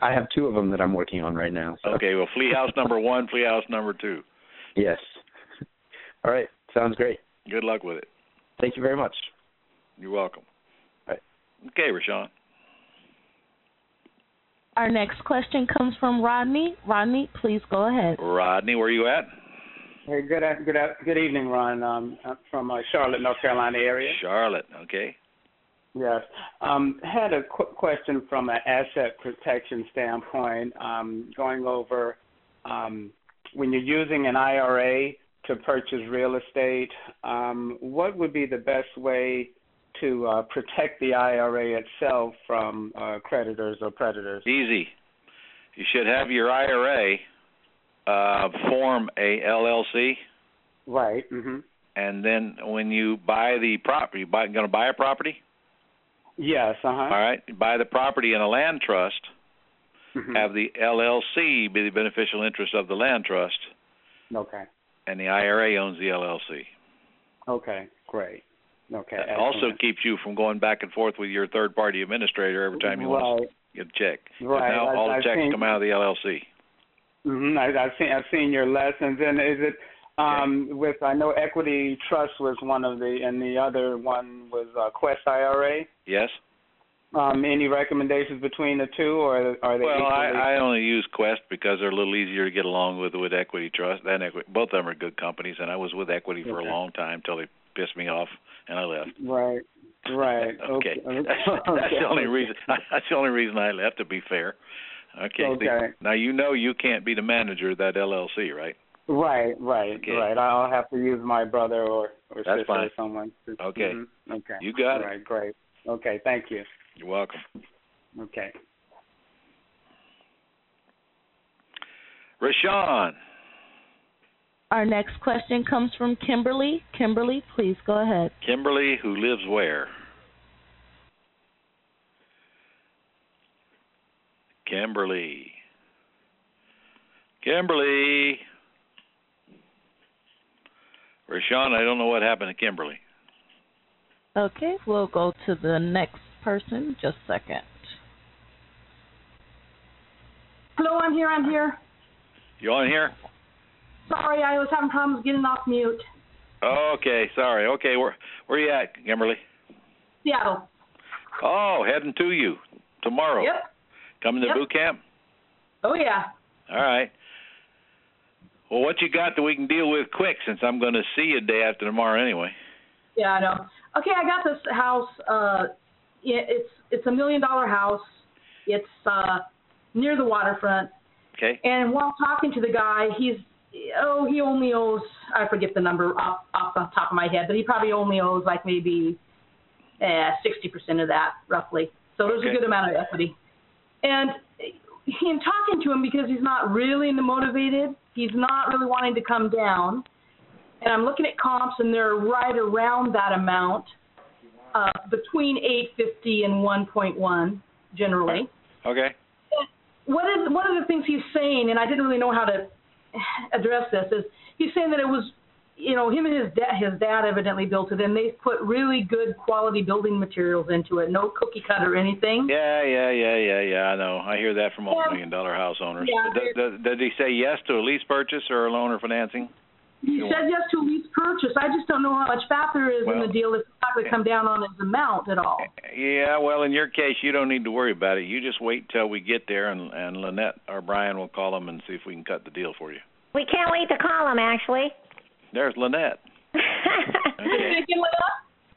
[SPEAKER 9] I have two of them that I'm working on right now. So.
[SPEAKER 1] Okay. Well, Flea House number one, Flea House number two.
[SPEAKER 9] Yes. All right. Sounds great.
[SPEAKER 1] Good luck with it.
[SPEAKER 9] Thank you very much.
[SPEAKER 1] You're welcome.
[SPEAKER 9] All right.
[SPEAKER 1] Okay, Rashawn.
[SPEAKER 2] Our next question comes from Rodney. Rodney, please go ahead.
[SPEAKER 1] Rodney, where you at?
[SPEAKER 8] Hey, good af- good af- good evening, Ron. Um, I'm from uh, Charlotte, North Carolina area.
[SPEAKER 1] Charlotte. Okay.
[SPEAKER 8] Yes. Um, had a quick question from an asset protection standpoint. Um, going over um, when you're using an IRA to purchase real estate, um, what would be the best way to uh, protect the IRA itself from uh, creditors or predators?
[SPEAKER 1] Easy. You should have your IRA uh, form a LLC,
[SPEAKER 8] Right. hmm
[SPEAKER 1] and then when you buy the property, you buy, going to buy a property.
[SPEAKER 8] Yes. Uh
[SPEAKER 1] All
[SPEAKER 8] huh.
[SPEAKER 1] right, you buy the property in a land trust.
[SPEAKER 8] Mhm.
[SPEAKER 1] Have the LLC be the beneficial interest of the land trust,
[SPEAKER 8] Okay.
[SPEAKER 1] and the IRA owns the LLC.
[SPEAKER 8] Okay. Great. Okay.
[SPEAKER 1] That also
[SPEAKER 8] excellent.
[SPEAKER 1] keeps you from going back and forth with your third-party administrator every time you want
[SPEAKER 8] Right.
[SPEAKER 1] to get a check. 'Cause
[SPEAKER 8] Right,
[SPEAKER 1] Now
[SPEAKER 8] I-
[SPEAKER 1] all the
[SPEAKER 8] I
[SPEAKER 1] checks
[SPEAKER 8] think-
[SPEAKER 1] come out of the LLC.
[SPEAKER 8] Mm-hmm. I, I've seen I've seen your lessons, and is it um, with I know Equity Trust was one of the, and the other one was uh, Quest IRA.
[SPEAKER 1] Yes.
[SPEAKER 8] Um, any recommendations between the two, or are they
[SPEAKER 1] Well,
[SPEAKER 8] equally?
[SPEAKER 1] I, I only use Quest because they're a little easier to get along with with Equity Trust. Then Equity, both of them are good companies, and I was with Equity for
[SPEAKER 8] Okay.
[SPEAKER 1] a long time till they pissed me off and I left.
[SPEAKER 8] right, right.
[SPEAKER 1] okay. That's, that's
[SPEAKER 8] Okay.
[SPEAKER 1] the only reason. That's the only reason I left. To be fair. Okay.
[SPEAKER 8] Okay.
[SPEAKER 1] Now you know you can't be the manager of that LLC, right?
[SPEAKER 8] Right, right,
[SPEAKER 1] Okay.
[SPEAKER 8] right. I'll have to use my brother or or
[SPEAKER 1] That's
[SPEAKER 8] sister
[SPEAKER 1] fine.
[SPEAKER 8] or someone. to-
[SPEAKER 1] Okay.
[SPEAKER 8] Mhm. Okay.
[SPEAKER 1] You got
[SPEAKER 8] All
[SPEAKER 1] it.
[SPEAKER 8] right, great. Okay, thank you.
[SPEAKER 1] You're welcome.
[SPEAKER 8] Okay.
[SPEAKER 1] Rashawn.
[SPEAKER 2] Our next question comes from Kimberly. Kimberly, please go ahead.
[SPEAKER 1] Kimberly, who lives where? Kimberly. Kimberly. Rashawn, I don't know what happened to Kimberly.
[SPEAKER 2] Okay, we'll go to the next person. Just a second.
[SPEAKER 10] Hello, I'm here. I'm here.
[SPEAKER 1] You on here?
[SPEAKER 10] Sorry, I was having problems getting off mute.
[SPEAKER 1] Okay, sorry. Okay, where where you at, Kimberly?
[SPEAKER 10] Seattle.
[SPEAKER 1] Oh, heading to you tomorrow.
[SPEAKER 10] Yep.
[SPEAKER 1] Coming to
[SPEAKER 10] Yep.
[SPEAKER 1] boot camp.
[SPEAKER 10] Oh yeah.
[SPEAKER 1] All right. Well, what you got that we can deal with quick, since I'm going to see you day after tomorrow anyway.
[SPEAKER 10] Yeah, I know. Okay, I got this house. Uh, yeah, it's it's a million dollar house. It's uh, near the waterfront.
[SPEAKER 1] Okay.
[SPEAKER 10] And while talking to the guy, he's oh he only owes I forget the number off off the top of my head, but he probably only owes like maybe eh, sixty percent of that roughly. So there's
[SPEAKER 11] Okay.
[SPEAKER 10] a good amount of equity. And in talking to him because he's not really motivated, he's not really wanting to come down. And I'm looking at comps, and they're right around that amount, uh, between 850 and 1.1 generally
[SPEAKER 1] Okay.
[SPEAKER 10] what is one of the things he's saying, and I didn't really know how to address this, is he's saying that it was, you know, him and his dad, his dad evidently built it, and they put really good quality building materials into it, no cookie cutter or anything.
[SPEAKER 1] Yeah, yeah, yeah, yeah, yeah. I know. I hear that from all
[SPEAKER 10] Yeah.
[SPEAKER 1] million dollar house owners.
[SPEAKER 10] Yeah,
[SPEAKER 1] Does, does, does he say yes to a lease purchase or a loan or financing?
[SPEAKER 10] He said yes to lease purchase. I just don't know how much fat there is in
[SPEAKER 1] Well-
[SPEAKER 10] the deal that's not going to come down on his amount at all.
[SPEAKER 1] Yeah, well, in your case, you don't need to worry about it. You just wait till we get there, and and Lynette or Brian will call him and see if we can cut the deal for you.
[SPEAKER 3] We can't wait to call him, actually.
[SPEAKER 1] There's Lynette. Okay.
[SPEAKER 10] Lynette?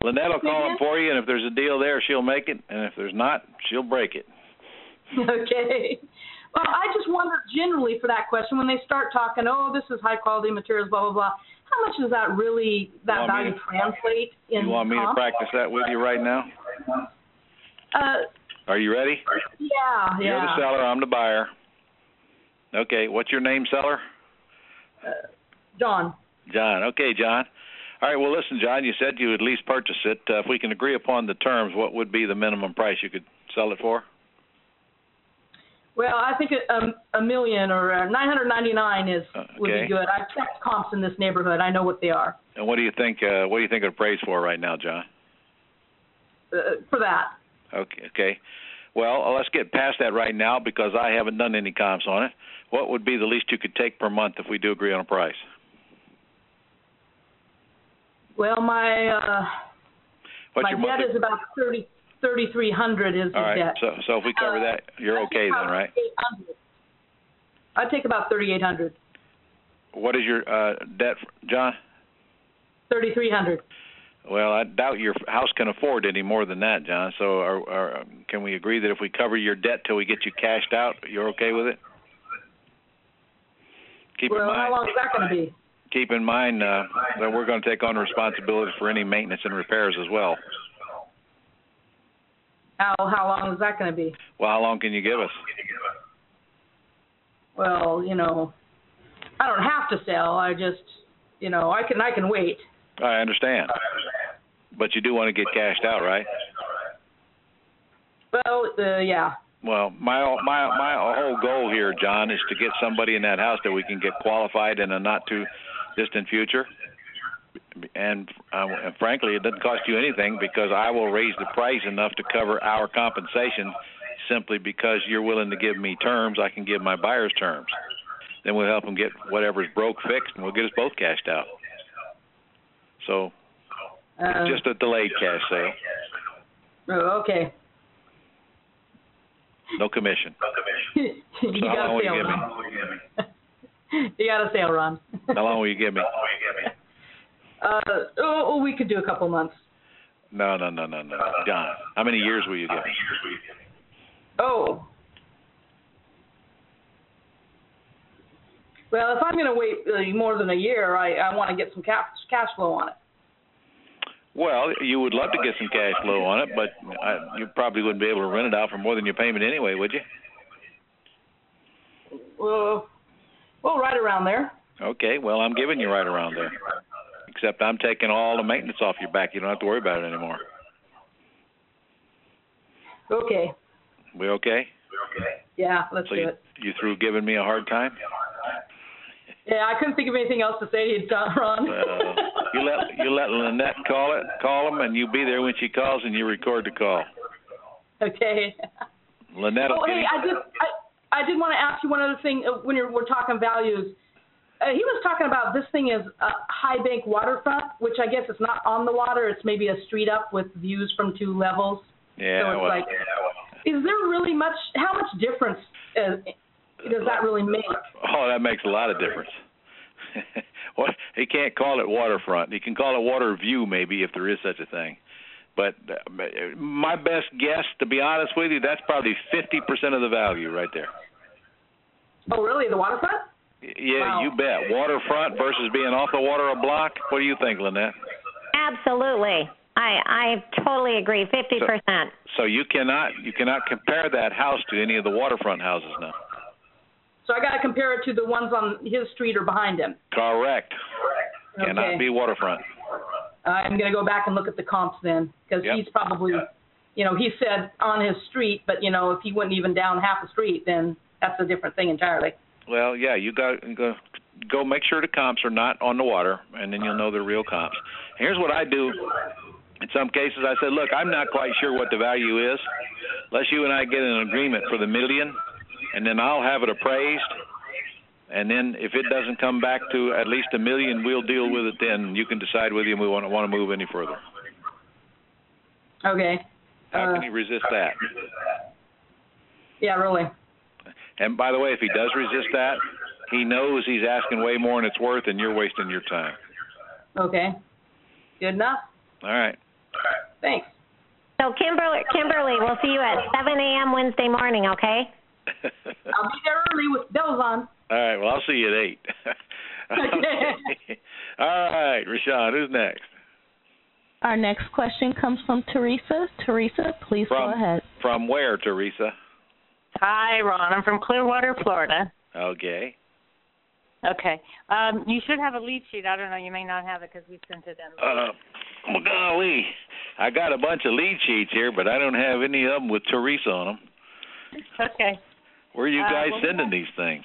[SPEAKER 1] Lynette will call him for you, and if there's a deal there, she'll make it, and if there's not, she'll break it.
[SPEAKER 10] okay. Well, I just wonder generally for that question when they start talking, oh, this is high quality materials, blah blah blah. How much does that really that
[SPEAKER 1] You want me
[SPEAKER 10] value
[SPEAKER 1] to-
[SPEAKER 10] translate in
[SPEAKER 1] you want me to
[SPEAKER 10] comp?
[SPEAKER 1] practice that with you right now?
[SPEAKER 10] Uh,
[SPEAKER 1] Are you ready?
[SPEAKER 10] yeah,
[SPEAKER 1] You're the
[SPEAKER 10] yeah.
[SPEAKER 1] seller. I'm the buyer. Okay. What's your name, seller?
[SPEAKER 10] John.
[SPEAKER 1] John. Okay, John. All right. Well, listen, John. You said you would at least purchase it. Uh, if we can agree upon the terms, what would be the minimum price you could sell it for?
[SPEAKER 10] Well, I think a, um, a million or uh, 999 is would
[SPEAKER 1] Uh, okay.
[SPEAKER 10] be good. I've checked comps in this neighborhood. I know what they are
[SPEAKER 1] And what do you think? Uh, what do you think it appraised for right now, John?
[SPEAKER 10] uh, for that.
[SPEAKER 1] Okay. Okay. Well, uh, let's get past that right now because I haven't done any comps on it. What would be the least you could take per month if we do agree on a price?
[SPEAKER 10] Well, my uh,
[SPEAKER 1] What's
[SPEAKER 10] my
[SPEAKER 1] your
[SPEAKER 10] debt
[SPEAKER 1] monthly?
[SPEAKER 10] is about 30 3300 is
[SPEAKER 1] All
[SPEAKER 10] the
[SPEAKER 1] right.
[SPEAKER 10] debt. Uh,
[SPEAKER 1] So, so if we cover that, you're okay then, right?
[SPEAKER 10] 800. I take about 3800.
[SPEAKER 1] What is your uh, debt, John?
[SPEAKER 10] 3300.
[SPEAKER 1] Well, I doubt your house can afford any more than that, John. So, are, are, can we agree that if we cover your debt till we get you cashed out, you're okay with it? Keep
[SPEAKER 10] well,
[SPEAKER 1] in
[SPEAKER 10] how
[SPEAKER 1] mind,
[SPEAKER 10] long is that going to be?
[SPEAKER 1] keep in mind uh, that we're going to take on responsibility for any maintenance and repairs as well.
[SPEAKER 10] How how long is that going to be?
[SPEAKER 1] Well, how long can you give us?
[SPEAKER 10] Well, you know, I don't have to sell. I just, you know, I can I can wait.
[SPEAKER 1] I understand, but you do want to get cashed out, right?
[SPEAKER 10] Well, uh, yeah.
[SPEAKER 1] Well, my my my whole goal here, John, is to get somebody in that house that we can get qualified in a not too distant future. And uh, frankly, it doesn't cost you anything because I will raise the price enough to cover our compensation simply because you're willing to give me terms. I can give my buyers terms. Then we'll help them get whatever's broke fixed, and we'll get us both cashed out. So,
[SPEAKER 10] Uh,
[SPEAKER 1] just a delayed cash sale,
[SPEAKER 10] oh, okay.
[SPEAKER 1] no commission.
[SPEAKER 10] you
[SPEAKER 1] So how
[SPEAKER 10] got a
[SPEAKER 1] long will you
[SPEAKER 10] sale,
[SPEAKER 1] give me?
[SPEAKER 10] Ron. You got a sale, Ron.
[SPEAKER 1] How long will you give me?
[SPEAKER 10] Uh, oh, oh, we could do a couple months.
[SPEAKER 1] No, no, no, no, no, John. How many years will you give me?
[SPEAKER 10] Oh. well, if I'm going to wait uh, more than a year, I, I want to get some cash cash flow on it.
[SPEAKER 1] Well, you would love to get some cash flow on it, but I, you probably wouldn't be able to rent it out for more than your payment anyway, would you?
[SPEAKER 10] Well, well, right around there.
[SPEAKER 1] Okay, well, I'm giving you right around there. Except I'm taking all the maintenance off your back. You don't have to worry about it anymore.
[SPEAKER 10] Okay.
[SPEAKER 1] We okay?
[SPEAKER 10] Yeah, let's
[SPEAKER 1] So
[SPEAKER 10] do
[SPEAKER 1] you,
[SPEAKER 10] it.
[SPEAKER 1] you through giving me a hard time?
[SPEAKER 10] Yeah, I couldn't think of anything else to say to you, Don Ron.
[SPEAKER 1] Uh, you let you let Lynette call it, call him, and you be there when she calls, and you record the call.
[SPEAKER 10] okay.
[SPEAKER 1] Lynette. will
[SPEAKER 10] Oh,
[SPEAKER 1] get
[SPEAKER 10] hey,
[SPEAKER 1] in-
[SPEAKER 10] I did. I, I did want to ask you one other thing. uh, When you're, we're talking values, uh, he was talking about this thing is a high bank waterfront, which I guess it's not on the water. It's maybe a street up with views from two levels.
[SPEAKER 1] Yeah,
[SPEAKER 10] so it's
[SPEAKER 1] well,
[SPEAKER 10] like, is there really much? How much difference uh, does that really make?
[SPEAKER 1] Oh, that makes a lot of difference. well, he can't call it waterfront. He can call it water view, maybe if there is such a thing. But uh, my best guess, to be honest with you, that's probably fifty percent of the value right there.
[SPEAKER 10] Oh, really? The waterfront?
[SPEAKER 1] Yeah, you bet. Waterfront versus being off the water a block. What do you think, Lynette?
[SPEAKER 3] Absolutely. I I totally agree. Fifty percent.
[SPEAKER 1] So you cannot you cannot compare that house to any of the waterfront houses now.
[SPEAKER 10] So I got to compare it to the ones on his street or behind him.
[SPEAKER 1] Correct.
[SPEAKER 10] Okay.
[SPEAKER 1] Cannot be waterfront.
[SPEAKER 10] Uh, I'm going to go back and look at the comps then, because
[SPEAKER 1] Yep.
[SPEAKER 10] he's probably, you know, he said on his street, but you know, if he went even down half the street, then that's a different thing entirely.
[SPEAKER 1] Well, yeah, you got go, go make sure the comps are not on the water, and then you'll know they're real comps. Here's what I do. In some cases, I said, look, I'm not quite sure what the value is. Let's you and I get an agreement for the million, and then I'll have it appraised. And then if it doesn't come back to at least a million, we'll deal with it then. and You can decide whether you want to want to move any further.
[SPEAKER 10] Okay.
[SPEAKER 1] How
[SPEAKER 10] Uh,
[SPEAKER 1] can he resist that?
[SPEAKER 10] Yeah, really.
[SPEAKER 1] And by the way, if he does resist that, he knows he's asking way more than it's worth, and you're wasting your time.
[SPEAKER 10] Okay. Good enough.
[SPEAKER 1] All right.
[SPEAKER 10] Thanks.
[SPEAKER 3] So Kimberly, Kimberly, we'll see you at 7 a.m. Wednesday morning. Okay.
[SPEAKER 10] I'll be there early with bells on.
[SPEAKER 1] All right. Well, I'll see you at eight. Okay. All right, Rashawn, who's next?
[SPEAKER 2] Our next question comes from Teresa. Teresa, please
[SPEAKER 1] From-
[SPEAKER 2] go ahead.
[SPEAKER 1] From where, Teresa?
[SPEAKER 11] Hi, Ron. I'm from Clearwater, Florida.
[SPEAKER 1] Okay.
[SPEAKER 11] Okay. Um, you should have a lead sheet. I don't know. You may not have it because we sent it in.
[SPEAKER 1] Uh, well, golly, I got a bunch of lead sheets here, but I don't have any of them with Teresa on them.
[SPEAKER 11] Okay.
[SPEAKER 1] Where are you
[SPEAKER 11] Uh,
[SPEAKER 1] guys
[SPEAKER 11] well, we
[SPEAKER 1] sending
[SPEAKER 11] have-
[SPEAKER 1] these things?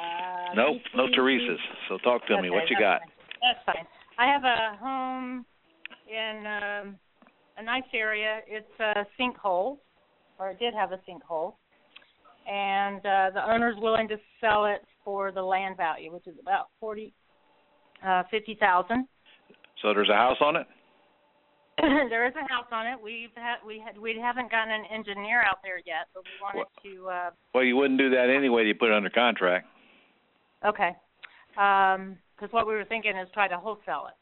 [SPEAKER 11] Uh,
[SPEAKER 1] nope, no
[SPEAKER 11] BCC.
[SPEAKER 1] Teresa's. So talk to me.
[SPEAKER 11] Okay,
[SPEAKER 1] What you
[SPEAKER 11] that's
[SPEAKER 1] got?
[SPEAKER 11] fine. That's fine. I have a home in um, a nice area. It's a sinkhole, or it did have a sinkhole, and uh, the owner's willing to sell it for the land value, which is about forty, uh, fifty thousand.
[SPEAKER 1] So there's a house on it.
[SPEAKER 11] there is a house on it. We've had we had we haven't gotten an engineer out there yet, but we wanted to. Uh,
[SPEAKER 1] Well, you wouldn't do that anyway. You put it under contract.
[SPEAKER 11] Okay. Because what we were thinking is try to wholesale it.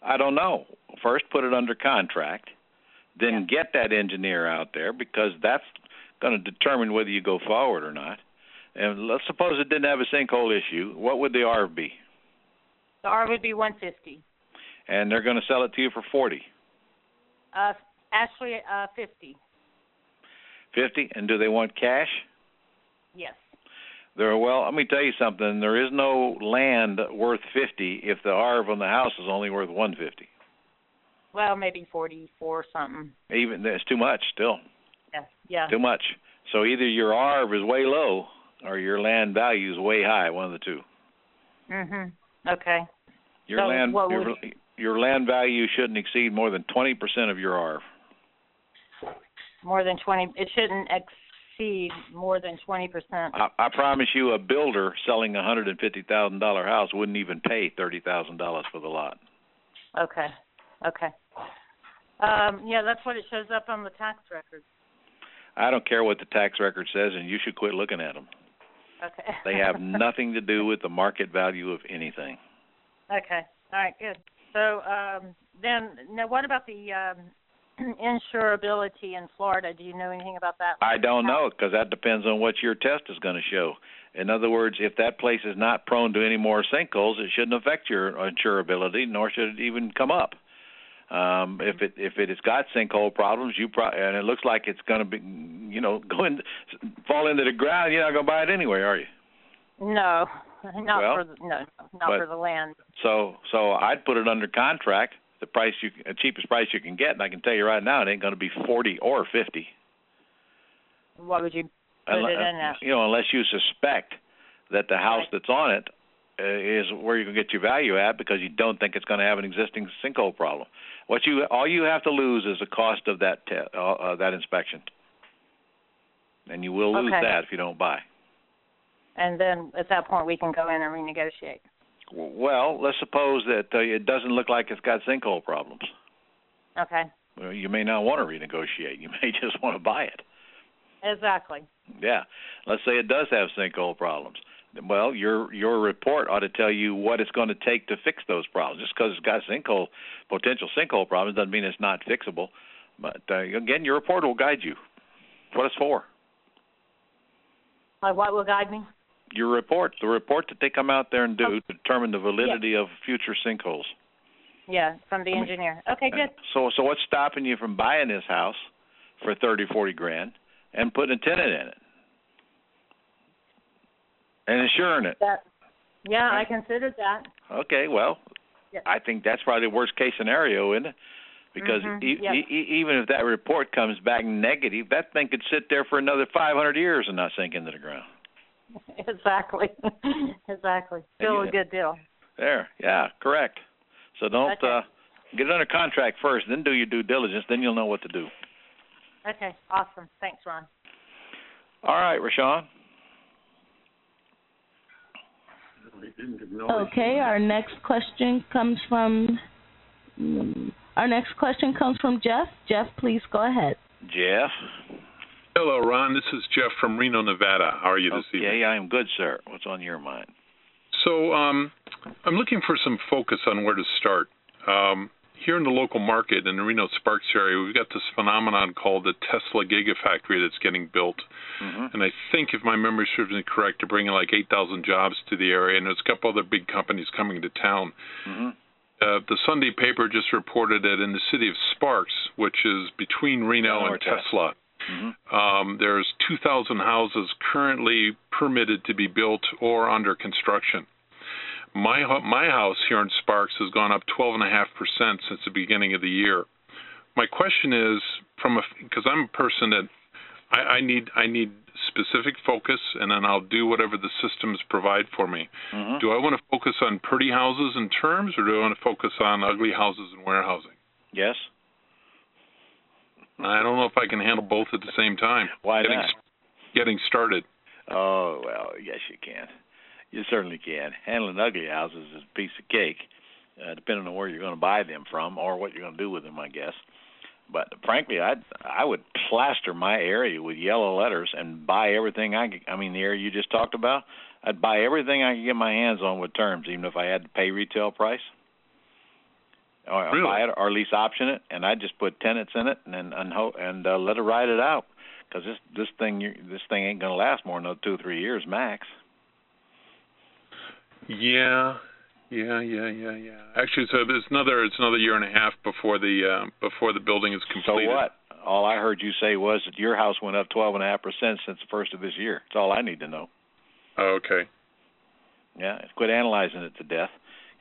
[SPEAKER 1] I don't know. First, put it under contract, then get that engineer out there because that's going to determine whether you go forward or not. And let's suppose it didn't have a sinkhole issue. What would the ARV be?
[SPEAKER 11] The R would be 150.
[SPEAKER 1] And they're going to sell it to you for forty,
[SPEAKER 11] Uh, actually, uh, 50.
[SPEAKER 1] fifty. And do they want cash?
[SPEAKER 11] Yes.
[SPEAKER 1] There. Well, let me tell you something. There is no land worth fifty if the ARV on the house is only worth one fifty.
[SPEAKER 11] Well, maybe 44 something.
[SPEAKER 1] Even that's too much. Still
[SPEAKER 11] Yes. Yeah.
[SPEAKER 1] too much. So either your ARV is way low or your land value is way high. One of the two.
[SPEAKER 11] Mhm. Okay.
[SPEAKER 1] Your
[SPEAKER 11] So
[SPEAKER 1] land
[SPEAKER 11] what
[SPEAKER 1] your,
[SPEAKER 11] would-
[SPEAKER 1] your land value shouldn't exceed more than twenty percent of your ARV.
[SPEAKER 11] More than 20. It shouldn't exceed more than 20 percent.
[SPEAKER 1] I, I promise you, a builder selling a hundred and fifty thousand dollar house wouldn't even pay thirty thousand dollars for the lot.
[SPEAKER 11] Okay. Okay. Um, yeah, that's what it shows up on the tax record.
[SPEAKER 1] I don't care what the tax record says, and you should quit looking at them.
[SPEAKER 11] Okay.
[SPEAKER 1] They have nothing to do with the market value of anything.
[SPEAKER 11] Okay. All right. Good. So um, then, now what about the um, insurability in Florida. Do you know anything about that?
[SPEAKER 1] I don't know because that depends on what your test is going to show. In other words, if that place is not prone to any more sinkholes, it shouldn't affect your insurability, nor should it even come up. Um, if it if it has got sinkhole problems, you pro- and it looks like it's going to be, you know, go in, fall into the ground. You're not going to buy it anyway, are you?
[SPEAKER 11] No, not
[SPEAKER 1] Well,
[SPEAKER 11] for the, no, not
[SPEAKER 1] but-
[SPEAKER 11] for the land.
[SPEAKER 1] So so I'd put it under contract, the price you the cheapest price you can get, and I can tell you right now, it ain't going to be forty or fifty.
[SPEAKER 11] What would you put
[SPEAKER 1] Unle-
[SPEAKER 11] it in at?
[SPEAKER 1] you know, unless you suspect that the house that's on it uh, is where you're going to get your value at because you don't think it's going to have an existing sinkhole problem. What you all you have to lose is the cost of that te- uh, uh, that inspection, and you will lose
[SPEAKER 11] Okay.
[SPEAKER 1] that if you don't buy.
[SPEAKER 11] And then at that point, we can go in and renegotiate.
[SPEAKER 1] W- Well, let's suppose that uh, it doesn't look like it's got sinkhole problems.
[SPEAKER 11] Okay,
[SPEAKER 1] Well, you may not want to renegotiate. You may just want to buy it.
[SPEAKER 11] exactly.
[SPEAKER 1] Yeah. Let's say it does have sinkhole problems. Well, your your report ought to tell you what it's going to take to fix those problems. Just because it's got sinkhole potential sinkhole problems doesn't mean it's not fixable. But uh, again, your report will guide you. What it's for.
[SPEAKER 11] Like what will guide me?
[SPEAKER 1] Your report, the report that they come out there and do, to determine the validity of future sinkholes.
[SPEAKER 11] Yeah, from the
[SPEAKER 1] mean-
[SPEAKER 11] engineer. Okay, good.
[SPEAKER 1] So so what's stopping you from buying this house for thirty, forty grand and putting a tenant in it and insuring it?
[SPEAKER 11] That. Yeah, I considered that.
[SPEAKER 1] Okay, well,
[SPEAKER 11] Yeah.
[SPEAKER 1] I think that's probably the worst case scenario, isn't it? Because
[SPEAKER 11] Mhm,
[SPEAKER 1] e-
[SPEAKER 11] yeah.
[SPEAKER 1] e- e- even if that report comes back negative, that thing could sit there for another 500 years and not sink into the ground.
[SPEAKER 11] exactly. exactly. Still a
[SPEAKER 1] Yeah.
[SPEAKER 11] good deal.
[SPEAKER 1] There, yeah, correct. So don't
[SPEAKER 11] Okay.
[SPEAKER 1] uh, get it under contract first, then do your due diligence, then you'll know what to do.
[SPEAKER 11] Okay, awesome. Thanks, Ron.
[SPEAKER 1] All right, Rashawn.
[SPEAKER 2] Okay, our next question comes from mm, our next question comes from Jeff. Jeff, please go ahead.
[SPEAKER 1] Jeff.
[SPEAKER 12] Hello, Ron. This is Jeff from Reno, Nevada. How are you this evening?
[SPEAKER 1] Yeah, I am good, sir. What's on your mind?
[SPEAKER 12] So um, I'm looking for some focus on where to start. Um, here in the local market in the Reno Sparks area, we've got this phenomenon called the Tesla Gigafactory that's getting built.
[SPEAKER 1] Mm-hmm.
[SPEAKER 12] And I think, if my memory serves me correct, they're bringing like 8,000 jobs to the area, and there's a couple other big companies coming to town.
[SPEAKER 1] Mhm.
[SPEAKER 12] Uh, the Sunday paper just reported that in the city of Sparks, which is between Reno and
[SPEAKER 1] Northwest.
[SPEAKER 12] Tesla,
[SPEAKER 1] Mhm.
[SPEAKER 12] um, there's 2,000 houses currently permitted to be built or under construction. My hu- my house here in Sparks has gone up 12.5 percent since the beginning of the year. My question is, from a because I'm a person that I, I need I need specific focus, and then I'll do whatever the systems provide for me.
[SPEAKER 1] Mhm.
[SPEAKER 12] Do I want to focus on pretty houses and terms, or do I want to focus on ugly houses and warehousing?
[SPEAKER 1] Yes.
[SPEAKER 12] I don't know if I can handle both at the same time.
[SPEAKER 1] Why
[SPEAKER 12] getting,
[SPEAKER 1] not?
[SPEAKER 12] Getting started.
[SPEAKER 1] Oh well, yes you can. You certainly can. Handling ugly houses is a piece of cake, uh, depending on where you're going to buy them from or what you're going to do with them, I guess. But frankly, I would I would plaster my area with yellow letters and buy everything I could. I mean, the area you just talked about, I'd buy everything I could get my hands on with terms, even if I had to pay retail price. Or I'd
[SPEAKER 12] Really?
[SPEAKER 1] buy it or at least option it, and I would just put tenants in it and then unho- and uh, let it ride it out because this this thing you this thing ain't gonna last more than two or three years max.
[SPEAKER 12] Yeah, yeah, yeah, yeah, yeah. Actually, so it's another it's another year and a half before the uh, before the building is
[SPEAKER 1] So
[SPEAKER 12] completed.
[SPEAKER 1] what? All I heard you say was that your house went up twelve and a half percent since the first of this year. That's all I need to know.
[SPEAKER 12] Oh, Okay.
[SPEAKER 1] Yeah, quit analyzing it to death.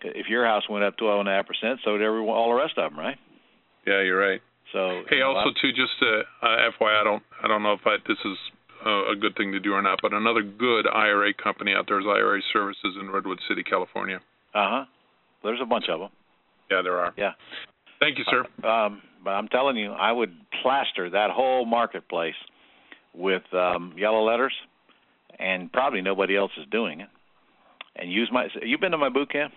[SPEAKER 1] If your house went up twelve and a half percent, so did everyone, all the rest of them, right?
[SPEAKER 12] Yeah, you're right.
[SPEAKER 1] So
[SPEAKER 12] Hey,
[SPEAKER 1] you know,
[SPEAKER 12] also
[SPEAKER 1] I-
[SPEAKER 12] too, just uh, uh, FYI, I don't I don't know if I, this is uh, a good thing to do or not, but another good IRA company out there is IRA Services in Redwood City, California.
[SPEAKER 1] Uh huh. There's a bunch of them.
[SPEAKER 12] Yeah, there are.
[SPEAKER 1] Yeah.
[SPEAKER 12] Thank you, sir.
[SPEAKER 1] Um, but I'm telling you, I would plaster that whole marketplace with um, yellow letters, and probably nobody else is doing it. And use my. You've been to my boot camp?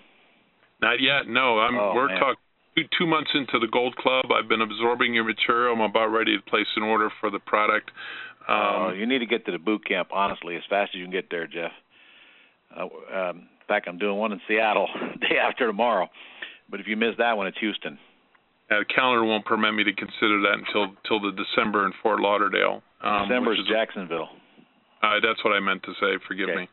[SPEAKER 12] Not yet. No, I'm.
[SPEAKER 1] Oh,
[SPEAKER 12] we're
[SPEAKER 1] man.
[SPEAKER 12] talking two, two months into the Gold Club. I've been absorbing your material. I'm about ready to place an order for the product. Um,
[SPEAKER 1] Oh, you need to get to the boot camp honestly as fast as you can get there, Jeff. Uh, um, in fact, I'm doing one in Seattle day after tomorrow. But if you miss that one, it's Houston.
[SPEAKER 12] The Uh, calendar won't permit me to consider that until till the December in Fort Lauderdale. Um,
[SPEAKER 1] December
[SPEAKER 12] which
[SPEAKER 1] is
[SPEAKER 12] is
[SPEAKER 1] Jacksonville.
[SPEAKER 12] Uh, that's what I meant to say. Forgive me.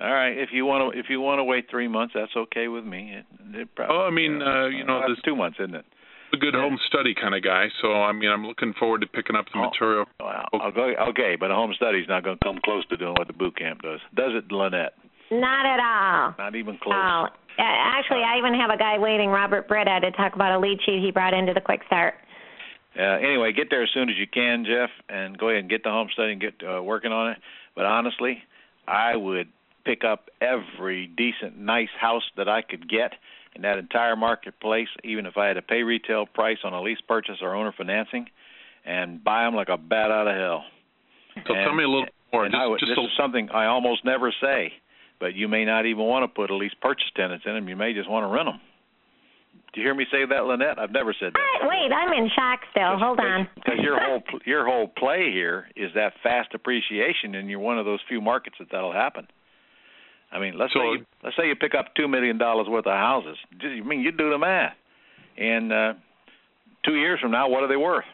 [SPEAKER 1] All right, if you want to if you want to wait three months, that's okay with me. It, it probably,
[SPEAKER 12] Oh, I mean, uh, you know,
[SPEAKER 1] that's
[SPEAKER 12] this
[SPEAKER 1] two months, isn't it?
[SPEAKER 12] a good home study kind of guy. So I mean, I'm looking forward to picking up the material.
[SPEAKER 1] Oh. I'll go, okay, but a home study's not going to come close to doing what the boot camp does. Does it, Lynette?
[SPEAKER 3] Not at all.
[SPEAKER 1] Not even close.
[SPEAKER 3] Oh, a- actually, I even have a guy waiting, Robert Britta, to talk about a lead sheet he brought into the Quick Start.
[SPEAKER 1] Uh, anyway, get there as soon as you can, Jeff, and go ahead and get the home study and get uh, working on it. But honestly, I would pick up every decent, nice house that I could get in that entire marketplace, even if I had to pay retail price on a lease purchase or owner financing, and buy them like a bat out of hell.
[SPEAKER 12] So tell
[SPEAKER 1] And-
[SPEAKER 12] me a little more.
[SPEAKER 1] and
[SPEAKER 12] Just,
[SPEAKER 1] I would-
[SPEAKER 12] just
[SPEAKER 1] this
[SPEAKER 12] a,
[SPEAKER 1] is something I almost never say, but you may not even want to put a lease purchase tenants in them. You may just want to rent them. Do you hear me say that, Lynette? I've never said that.
[SPEAKER 3] Wait, I'm in shock still. Hold on.
[SPEAKER 1] Because your whole your whole play here is that fast appreciation, and you're one of those few markets that that'll happen. I mean, let's say you, let's say you pick up two million dollars worth of houses. Just, I mean, you do the math, and uh, two years from now, what are they worth?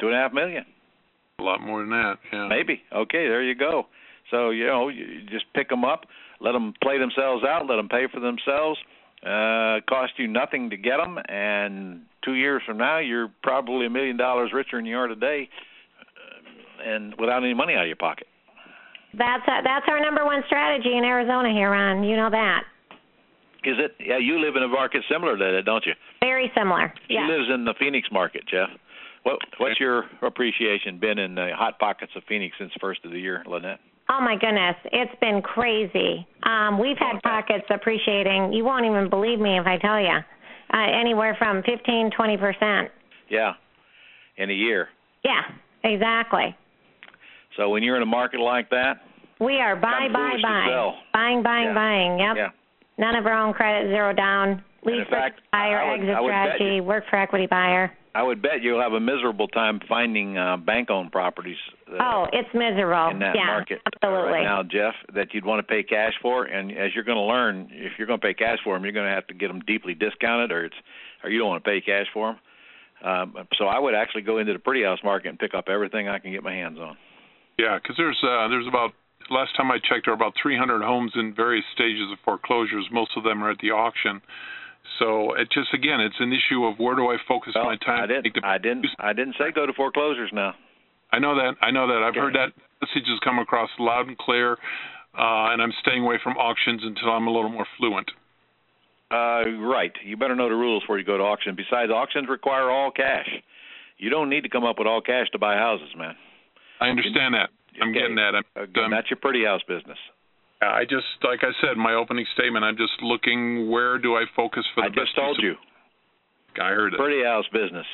[SPEAKER 1] Two and a half million,
[SPEAKER 12] a lot more than that. Yeah.
[SPEAKER 1] maybe. Okay, there you go. So you know, you you just pick them up, let them play themselves out, let them pay for themselves. Uh, cost you nothing to get them, and two years from now, you're probably a million dollars richer than you are today, uh, and without any money out of your pocket.
[SPEAKER 3] That's uh that's our number one strategy in Arizona here, Ron. You know that.
[SPEAKER 1] Is it? Yeah, you live in a market similar to that, don't you?
[SPEAKER 3] Very similar.
[SPEAKER 1] She lives in the Phoenix market, Jeff. What What's your appreciation been in the hot pockets of Phoenix since first of the year, Lynette?
[SPEAKER 3] Oh my goodness, it's been crazy. Um, we've had pockets appreciating. You won't even believe me if I tell you. Uh, anywhere from 15, 20 percent.
[SPEAKER 1] Yeah, in a year.
[SPEAKER 3] Yeah, exactly.
[SPEAKER 1] So when you're in a market like that,
[SPEAKER 3] We are buy,
[SPEAKER 1] Kinda
[SPEAKER 3] buy,
[SPEAKER 1] foolish to
[SPEAKER 3] buy,
[SPEAKER 1] sell.
[SPEAKER 3] buying, buying,
[SPEAKER 1] Yeah.
[SPEAKER 3] buying. Yep.
[SPEAKER 1] Yeah.
[SPEAKER 3] None of our own credit, zero down.
[SPEAKER 1] in
[SPEAKER 3] Lease
[SPEAKER 1] fact,
[SPEAKER 3] buy
[SPEAKER 1] I
[SPEAKER 3] or
[SPEAKER 1] would-
[SPEAKER 3] exit
[SPEAKER 1] I would bet
[SPEAKER 3] strategy.
[SPEAKER 1] you-
[SPEAKER 3] Work for equity buyer.
[SPEAKER 1] I would bet you'll have a miserable time finding uh, bank-owned properties. Uh,
[SPEAKER 3] oh, it's miserable.
[SPEAKER 1] in that
[SPEAKER 3] yeah,
[SPEAKER 1] market
[SPEAKER 3] absolutely.
[SPEAKER 1] right now, Jeff, that you'd want to pay cash for. And as you're going to learn, if you're going to pay cash for them, you're going to have to get them deeply discounted, or it's or you don't want to pay cash for them. Um, so I would actually go into the pretty house market and pick up everything I can get my hands on.
[SPEAKER 12] Yeah, because there's uh, there's about last time I checked, there were about 300 homes in various stages of foreclosures. Most of them are at the auction. So it just again, it's an issue of where do I focus my time? I didn't.
[SPEAKER 1] I didn't. I didn't say go to foreclosures now.
[SPEAKER 12] I know that. I know that. I've heard that message has come across loud and clear, uh, and I'm staying away from auctions until I'm a little more fluent.
[SPEAKER 1] Uh, right. You better know the rules before you go to auction. Besides, auctions require all cash. You don't need to come up with all cash to buy houses, man.
[SPEAKER 12] I understand that. I'm
[SPEAKER 1] Okay.
[SPEAKER 12] getting that. I'm, I'm-
[SPEAKER 1] That's your pretty house business.
[SPEAKER 12] I just, like I said, my opening statement. I'm just looking where do I focus for the I best. I
[SPEAKER 1] told you.
[SPEAKER 12] I heard it.
[SPEAKER 1] Pretty house business.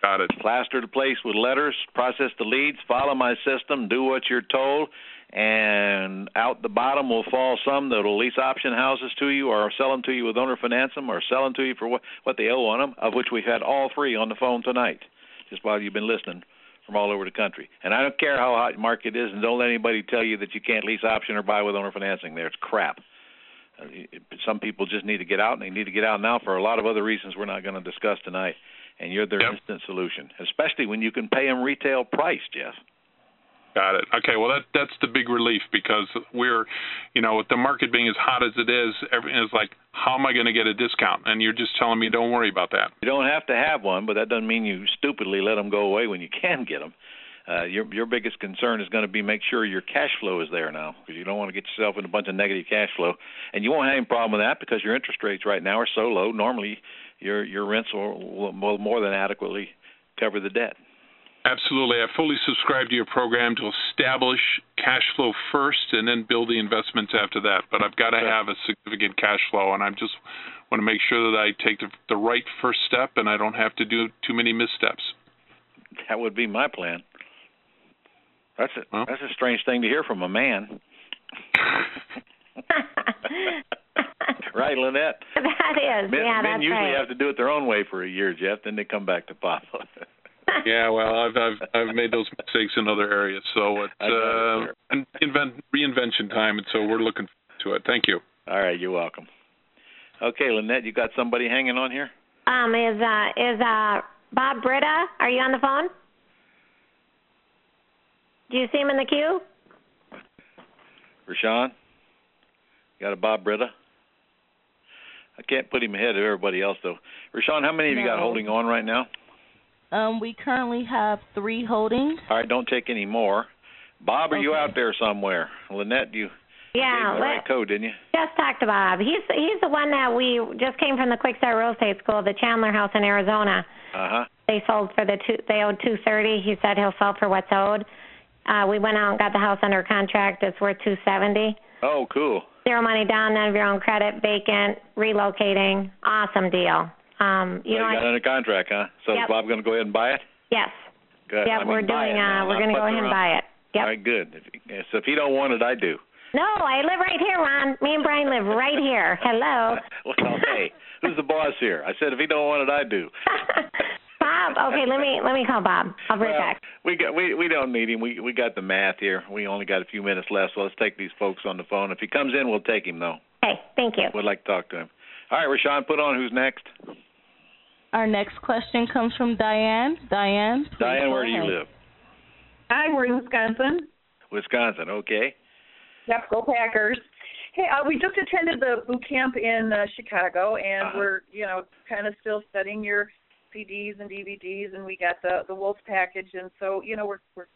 [SPEAKER 12] Got it.
[SPEAKER 1] Plaster the place with letters, process the leads, follow my system, do what you're told, and out the bottom will fall some that'll lease option houses to you or sell them to you with owner finance them or sell them to you for what, what they owe on them, of which we've had all three on the phone tonight, just while you've been listening from all over the country. And I don't care how hot your market is, and don't let anybody tell you that you can't lease option or buy with owner financing there. It's crap. Uh, it- Some people just need to get out, and they need to get out now for a lot of other reasons we're not going to discuss tonight and you're their instant solution, especially when you can pay them retail price, Jeff.
[SPEAKER 12] Got it. Okay. Well, that that's the big relief because we're, you know, with the market being as hot as it is, everything is like, how am I going to get a discount? And you're just telling me, don't worry about that.
[SPEAKER 1] You don't have to have one, but that doesn't mean you stupidly let them go away when you can get them. Uh, your your biggest concern is going to be make sure your cash flow is there now because you don't want to get yourself in a bunch of negative cash flow, and you won't have any problem with that because your interest rates right now are so low. Normally, your your rents will, will more than adequately cover the debt.
[SPEAKER 12] Absolutely. I fully subscribe to your program to establish cash flow first and then build the investments after that. But I've got to have a significant cash flow, and I just want to make sure that I take the, the right first step and I don't have to do too many missteps.
[SPEAKER 1] That would be my plan. That's a, that's a strange thing to hear from a man. right, Lynette?
[SPEAKER 3] That is,
[SPEAKER 1] Men,
[SPEAKER 3] yeah,
[SPEAKER 1] men
[SPEAKER 3] that's
[SPEAKER 1] usually
[SPEAKER 3] right.
[SPEAKER 1] have to do it their own way for a year, Jeff. Then they come back to pop.
[SPEAKER 12] yeah, well, I've I've I've made those mistakes in other areas, so it's
[SPEAKER 1] I know,
[SPEAKER 12] uh, an invent reinvention time, and so we're looking forward to it. Thank you.
[SPEAKER 1] All right, you're welcome. okay, Lynette, you got somebody hanging on here?
[SPEAKER 3] Um, is uh, is uh, Bob Britta? Are you on the phone? Do you see him in the queue?
[SPEAKER 1] Rashawn, you got a Bob Britta? I can't put him ahead of everybody else though. Rashawn, how many have you got
[SPEAKER 2] No.
[SPEAKER 1] holding on right now?
[SPEAKER 2] Um, we currently have three holdings.
[SPEAKER 1] All right, don't take any more. Bob, are you out there somewhere? Lynette, you gave
[SPEAKER 3] Yeah.
[SPEAKER 1] me the
[SPEAKER 3] let-
[SPEAKER 1] right code, didn't you?
[SPEAKER 3] Just talked to Bob. He's he's the one that we just came from the Quick Start Real Estate School, the Chandler House in Arizona.
[SPEAKER 1] Uh huh.
[SPEAKER 3] They sold for the two. They owed two thirty. He said he'll sell for what's owed. Uh, we went out and got the house under contract. It's worth two seventy.
[SPEAKER 1] Oh, cool.
[SPEAKER 3] Zero money down, none of your own credit, vacant, relocating. Awesome deal. Um, you know,
[SPEAKER 1] Well, you got under contract, huh? So is
[SPEAKER 3] Yep.
[SPEAKER 1] Bob going to go ahead and buy it?
[SPEAKER 3] yes.
[SPEAKER 1] Good.
[SPEAKER 3] Yep,
[SPEAKER 1] I mean,
[SPEAKER 3] we're
[SPEAKER 1] buy
[SPEAKER 3] doing.
[SPEAKER 1] it now,
[SPEAKER 3] uh, we're
[SPEAKER 1] not
[SPEAKER 3] going to go
[SPEAKER 1] putz
[SPEAKER 3] ahead and
[SPEAKER 1] around.
[SPEAKER 3] buy it. Yep.
[SPEAKER 1] All right, good. If, yeah, so if he don't want it, I do.
[SPEAKER 3] No, I live right here, Ron. Me and Brian live right here. Hello.
[SPEAKER 1] Well, hey, who's the boss here? I said if he don't want it, I do.
[SPEAKER 3] Bob. Okay, let me let me call Bob. I'll be right
[SPEAKER 1] Well,
[SPEAKER 3] back.
[SPEAKER 1] We got we we don't need him. We we got the math here. We only got a few minutes left, so let's take these folks on the phone. If he comes in, we'll take him though.
[SPEAKER 3] Okay, thank you.
[SPEAKER 1] We'd like to talk to him. All right, Rashawn, put on who's next.
[SPEAKER 2] Our next question comes from Diane. Diane. please
[SPEAKER 1] Diane,
[SPEAKER 2] go
[SPEAKER 1] where do you
[SPEAKER 2] ahead.
[SPEAKER 1] live?
[SPEAKER 13] Hi, we're in Wisconsin.
[SPEAKER 1] Wisconsin. Okay.
[SPEAKER 13] Yep, go Packers. Hey, uh, we just attended the boot camp in uh, Chicago, and we're you know kind of still studying your CDs and DVDs, and we got the the Wolf package, and so you know we're we're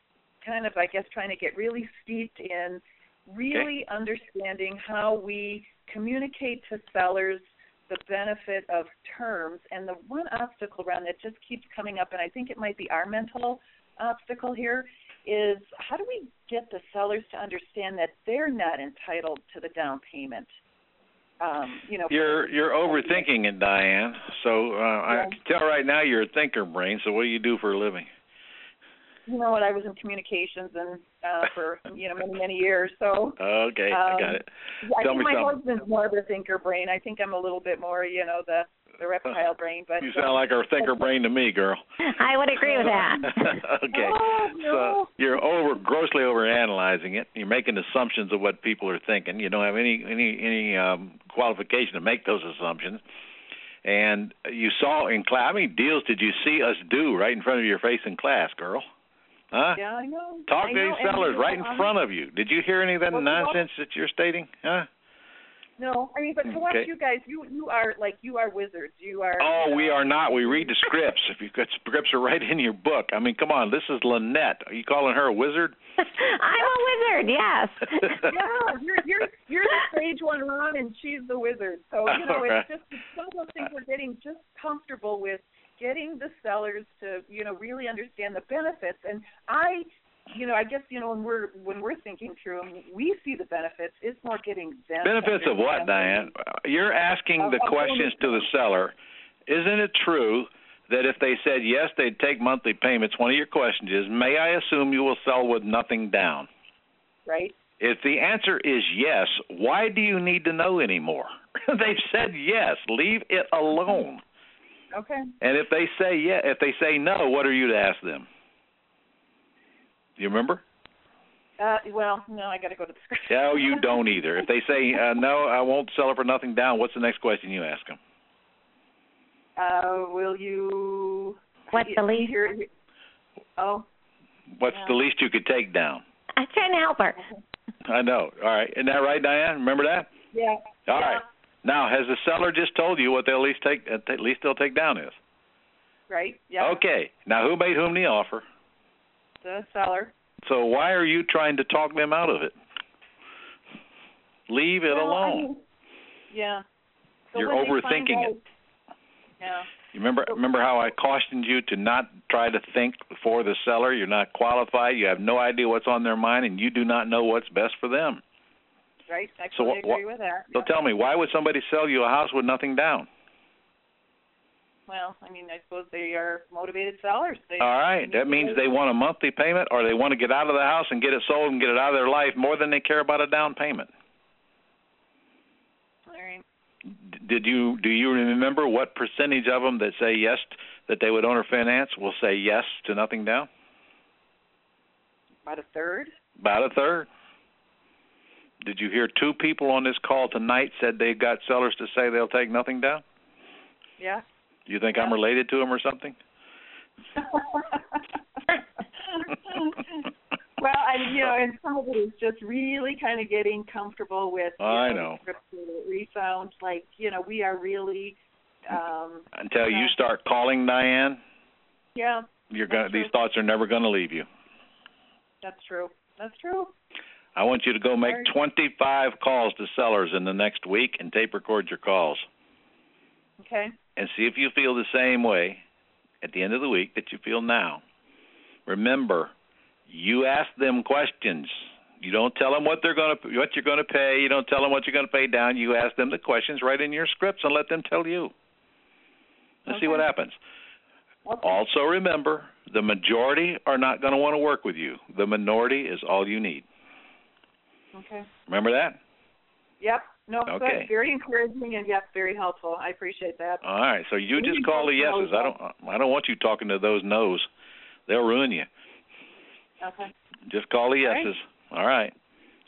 [SPEAKER 13] kind of I guess trying to get really steeped in really understanding how we communicate to sellers the benefit of terms and the one obstacle around that just keeps coming up and i think it might be our mental obstacle here is how do we get the sellers to understand that they're not entitled to the down payment? Um, you know,
[SPEAKER 1] You're you're overthinking it, Diane. So uh, I can tell right now you're a thinker brain. So what do you do for a living?
[SPEAKER 13] you know what? I was in communications and uh, for you know many many years, so
[SPEAKER 1] Okay, I got it.
[SPEAKER 13] I
[SPEAKER 1] Tell
[SPEAKER 13] think
[SPEAKER 1] me
[SPEAKER 13] my
[SPEAKER 1] something.
[SPEAKER 13] husband's more of a thinker brain. I think I'm a little bit more, you know, the the reptile brain. But uh,
[SPEAKER 1] You sound like our thinker brain to me, girl.
[SPEAKER 3] I would agree with that.
[SPEAKER 1] okay.
[SPEAKER 13] Oh,
[SPEAKER 1] So
[SPEAKER 13] no.
[SPEAKER 1] you're over grossly overanalyzing it. You're making assumptions of what people are thinking. You don't have any any any um, qualification to make those assumptions. And you saw in class. How many deals did you see us do right in front of your face in class, girl? Huh?
[SPEAKER 13] Yeah, I know.
[SPEAKER 1] Talk
[SPEAKER 13] I
[SPEAKER 1] to
[SPEAKER 13] know,
[SPEAKER 1] these
[SPEAKER 13] and,
[SPEAKER 1] sellers
[SPEAKER 13] you know,
[SPEAKER 1] right in
[SPEAKER 13] um,
[SPEAKER 1] front of you. Did you hear any of that
[SPEAKER 13] Well, you know-
[SPEAKER 1] nonsense that you're stating? Huh?
[SPEAKER 13] No, I mean, but to watch
[SPEAKER 1] Okay.
[SPEAKER 13] you guys, you you are like you are wizards. You are.
[SPEAKER 1] Oh,
[SPEAKER 13] you know,
[SPEAKER 1] we are not. We read the scripts. If you got scripts are right in your book. I mean, come on. This is Lynette. Are you calling her a wizard?
[SPEAKER 3] I'm a wizard. Yes.
[SPEAKER 13] yeah, you're you're you're the sage one, Ron, and she's the wizard. So you know,
[SPEAKER 1] All
[SPEAKER 13] it's
[SPEAKER 1] right.
[SPEAKER 13] just it's some of those things we're getting just comfortable with getting the sellers to you know really understand the benefits. And I, you know, I guess you know when we're when we're thinking through them, we see the benefits. It's more getting them to
[SPEAKER 1] Benefits of what,
[SPEAKER 13] understand
[SPEAKER 1] Diane? You're asking
[SPEAKER 13] Of-
[SPEAKER 1] the
[SPEAKER 13] of
[SPEAKER 1] questions to the seller. Isn't it true that if they said yes, they'd take monthly payments? One of your questions is, may I assume you will sell with nothing down?
[SPEAKER 13] Right.
[SPEAKER 1] If the answer is yes, why do you need to know anymore? They've said yes. Leave it alone.
[SPEAKER 13] Okay.
[SPEAKER 1] And if they say yeah, if they say no, what are you to ask them? You remember?
[SPEAKER 13] Uh, well, no, I got to go to the script.
[SPEAKER 1] No, you don't either. If they say uh, no, I won't sell it for nothing down. What's the next question you ask them?
[SPEAKER 13] Uh, will you?
[SPEAKER 3] What's the least?
[SPEAKER 13] Here, oh,
[SPEAKER 1] What's the least you could take down?
[SPEAKER 3] I'm trying to help her.
[SPEAKER 1] I know. All right, isn't that right, Diane? Remember that?
[SPEAKER 13] yeah.
[SPEAKER 1] All right. Now, has the seller just told you what they'll least take? uh, At least they'll take down is?
[SPEAKER 13] Right. Yeah.
[SPEAKER 1] Okay. Now, who made whom the offer?
[SPEAKER 13] The seller.
[SPEAKER 1] So why are you trying to talk them out of it? Leave it
[SPEAKER 13] Well, I
[SPEAKER 1] alone.
[SPEAKER 13] mean, yeah. So
[SPEAKER 1] You're
[SPEAKER 13] when they find
[SPEAKER 1] overthinking it.
[SPEAKER 13] out- Yeah.
[SPEAKER 1] You remember remember how I cautioned you to not try to think for the seller. You're not qualified. You have no idea what's on their mind, and you do not know what's best for them.
[SPEAKER 13] Right. I
[SPEAKER 1] So
[SPEAKER 13] totally
[SPEAKER 1] what-
[SPEAKER 13] agree with that.
[SPEAKER 1] So tell me, why would somebody sell you a house with nothing down?
[SPEAKER 13] Well, I mean, I suppose they are motivated sellers. They,
[SPEAKER 1] All right, that means they want a monthly payment, or they want to get out of the house and get it sold and get it out of their life more than they care about a down payment.
[SPEAKER 13] All right.
[SPEAKER 1] D- Did you do you remember what percentage of them that say yes that they would owner finance will say yes to nothing down?
[SPEAKER 13] About a third.
[SPEAKER 1] About a third. Did you hear two people on this call tonight said they've got sellers to say they'll take nothing down?
[SPEAKER 13] Yeah.
[SPEAKER 1] Do you think I'm related to him or something?
[SPEAKER 13] well, I you know, and some of it is just really kind of getting comfortable with. you
[SPEAKER 1] I know.
[SPEAKER 13] know. the scripture that We found like you know we are really. um
[SPEAKER 1] Until you start calling Diane,
[SPEAKER 13] Yeah,
[SPEAKER 1] you're gonna these thoughts are never gonna leave you.
[SPEAKER 13] that's true. That's true.
[SPEAKER 1] I want you to go make
[SPEAKER 13] Very-
[SPEAKER 1] 25 calls to sellers in the next week and tape record your calls
[SPEAKER 13] Okay.
[SPEAKER 1] and see if you feel the same way at the end of the week that you feel now. Remember, you ask them questions. You don't tell them what they're going to what you're going to pay. You don't tell them what you're going to pay down. You ask them the questions right in your scripts and let them tell you. Let's see what happens. Also remember, the majority are not going to want to work with you. The minority is all you need.
[SPEAKER 13] Okay.
[SPEAKER 1] Remember that?
[SPEAKER 13] Yep. No,
[SPEAKER 1] Okay.
[SPEAKER 13] that's very encouraging and yes, very helpful. I appreciate that.
[SPEAKER 1] All right. So you
[SPEAKER 13] We
[SPEAKER 1] just
[SPEAKER 13] can
[SPEAKER 1] call the
[SPEAKER 13] talk about
[SPEAKER 1] yeses. I don't. I don't want you talking to those nos. They'll ruin you.
[SPEAKER 13] Okay.
[SPEAKER 1] Just call the
[SPEAKER 13] All right.
[SPEAKER 1] yeses. All right.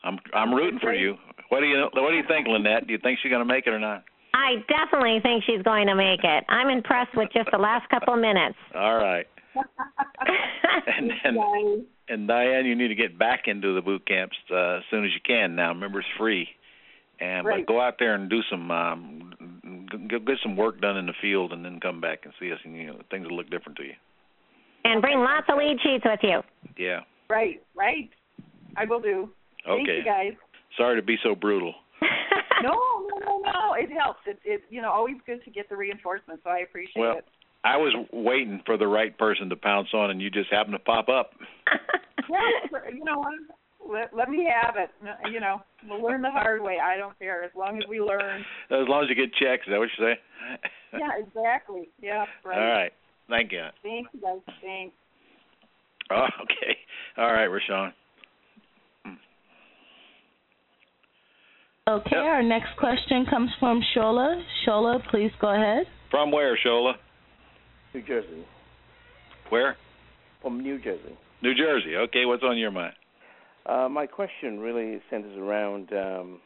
[SPEAKER 1] I'm I'm rooting for you. What do you What do you think, Lynette? Do you think she's going to make it or not?
[SPEAKER 3] I definitely think she's going to make it. I'm impressed with just the last couple of minutes.
[SPEAKER 1] All right. and and, and Diane, you need to get back into the boot camps uh, as soon as you can. Now, remember it's free, and
[SPEAKER 13] Right.
[SPEAKER 1] but go out there and do some um, g- g- get some work done in the field, and then come back and see us, and you know things will look different to you.
[SPEAKER 3] And bring lots of lead sheets with you.
[SPEAKER 1] Yeah.
[SPEAKER 13] Right, right. I will do. Thank
[SPEAKER 1] Okay.
[SPEAKER 13] you guys.
[SPEAKER 1] Sorry to be so brutal.
[SPEAKER 13] no, no, no, no. It helps. It's it you know, always good to get the reinforcement, so I appreciate
[SPEAKER 1] Well,
[SPEAKER 13] it.
[SPEAKER 1] I was waiting for the right person to pounce on, and you just happened to pop up.
[SPEAKER 13] Yeah, you know what? Let, let me have it. No, You know, we'll learn the hard way. I don't care. As long as we learn.
[SPEAKER 1] As long as you get checks, is that what you say?
[SPEAKER 13] Yeah, exactly. Yeah, right.
[SPEAKER 1] All right. Thank you.
[SPEAKER 13] Thank you guys. Thanks.
[SPEAKER 1] Oh, okay. All right, Rashawn.
[SPEAKER 2] Okay, our next question comes from Shola. Shola, please go ahead.
[SPEAKER 1] From where, Shola?
[SPEAKER 14] New Jersey.
[SPEAKER 1] Where?
[SPEAKER 14] From New Jersey.
[SPEAKER 1] New Jersey. Okay, what's on your mind?
[SPEAKER 14] Uh, my question really centers around, um,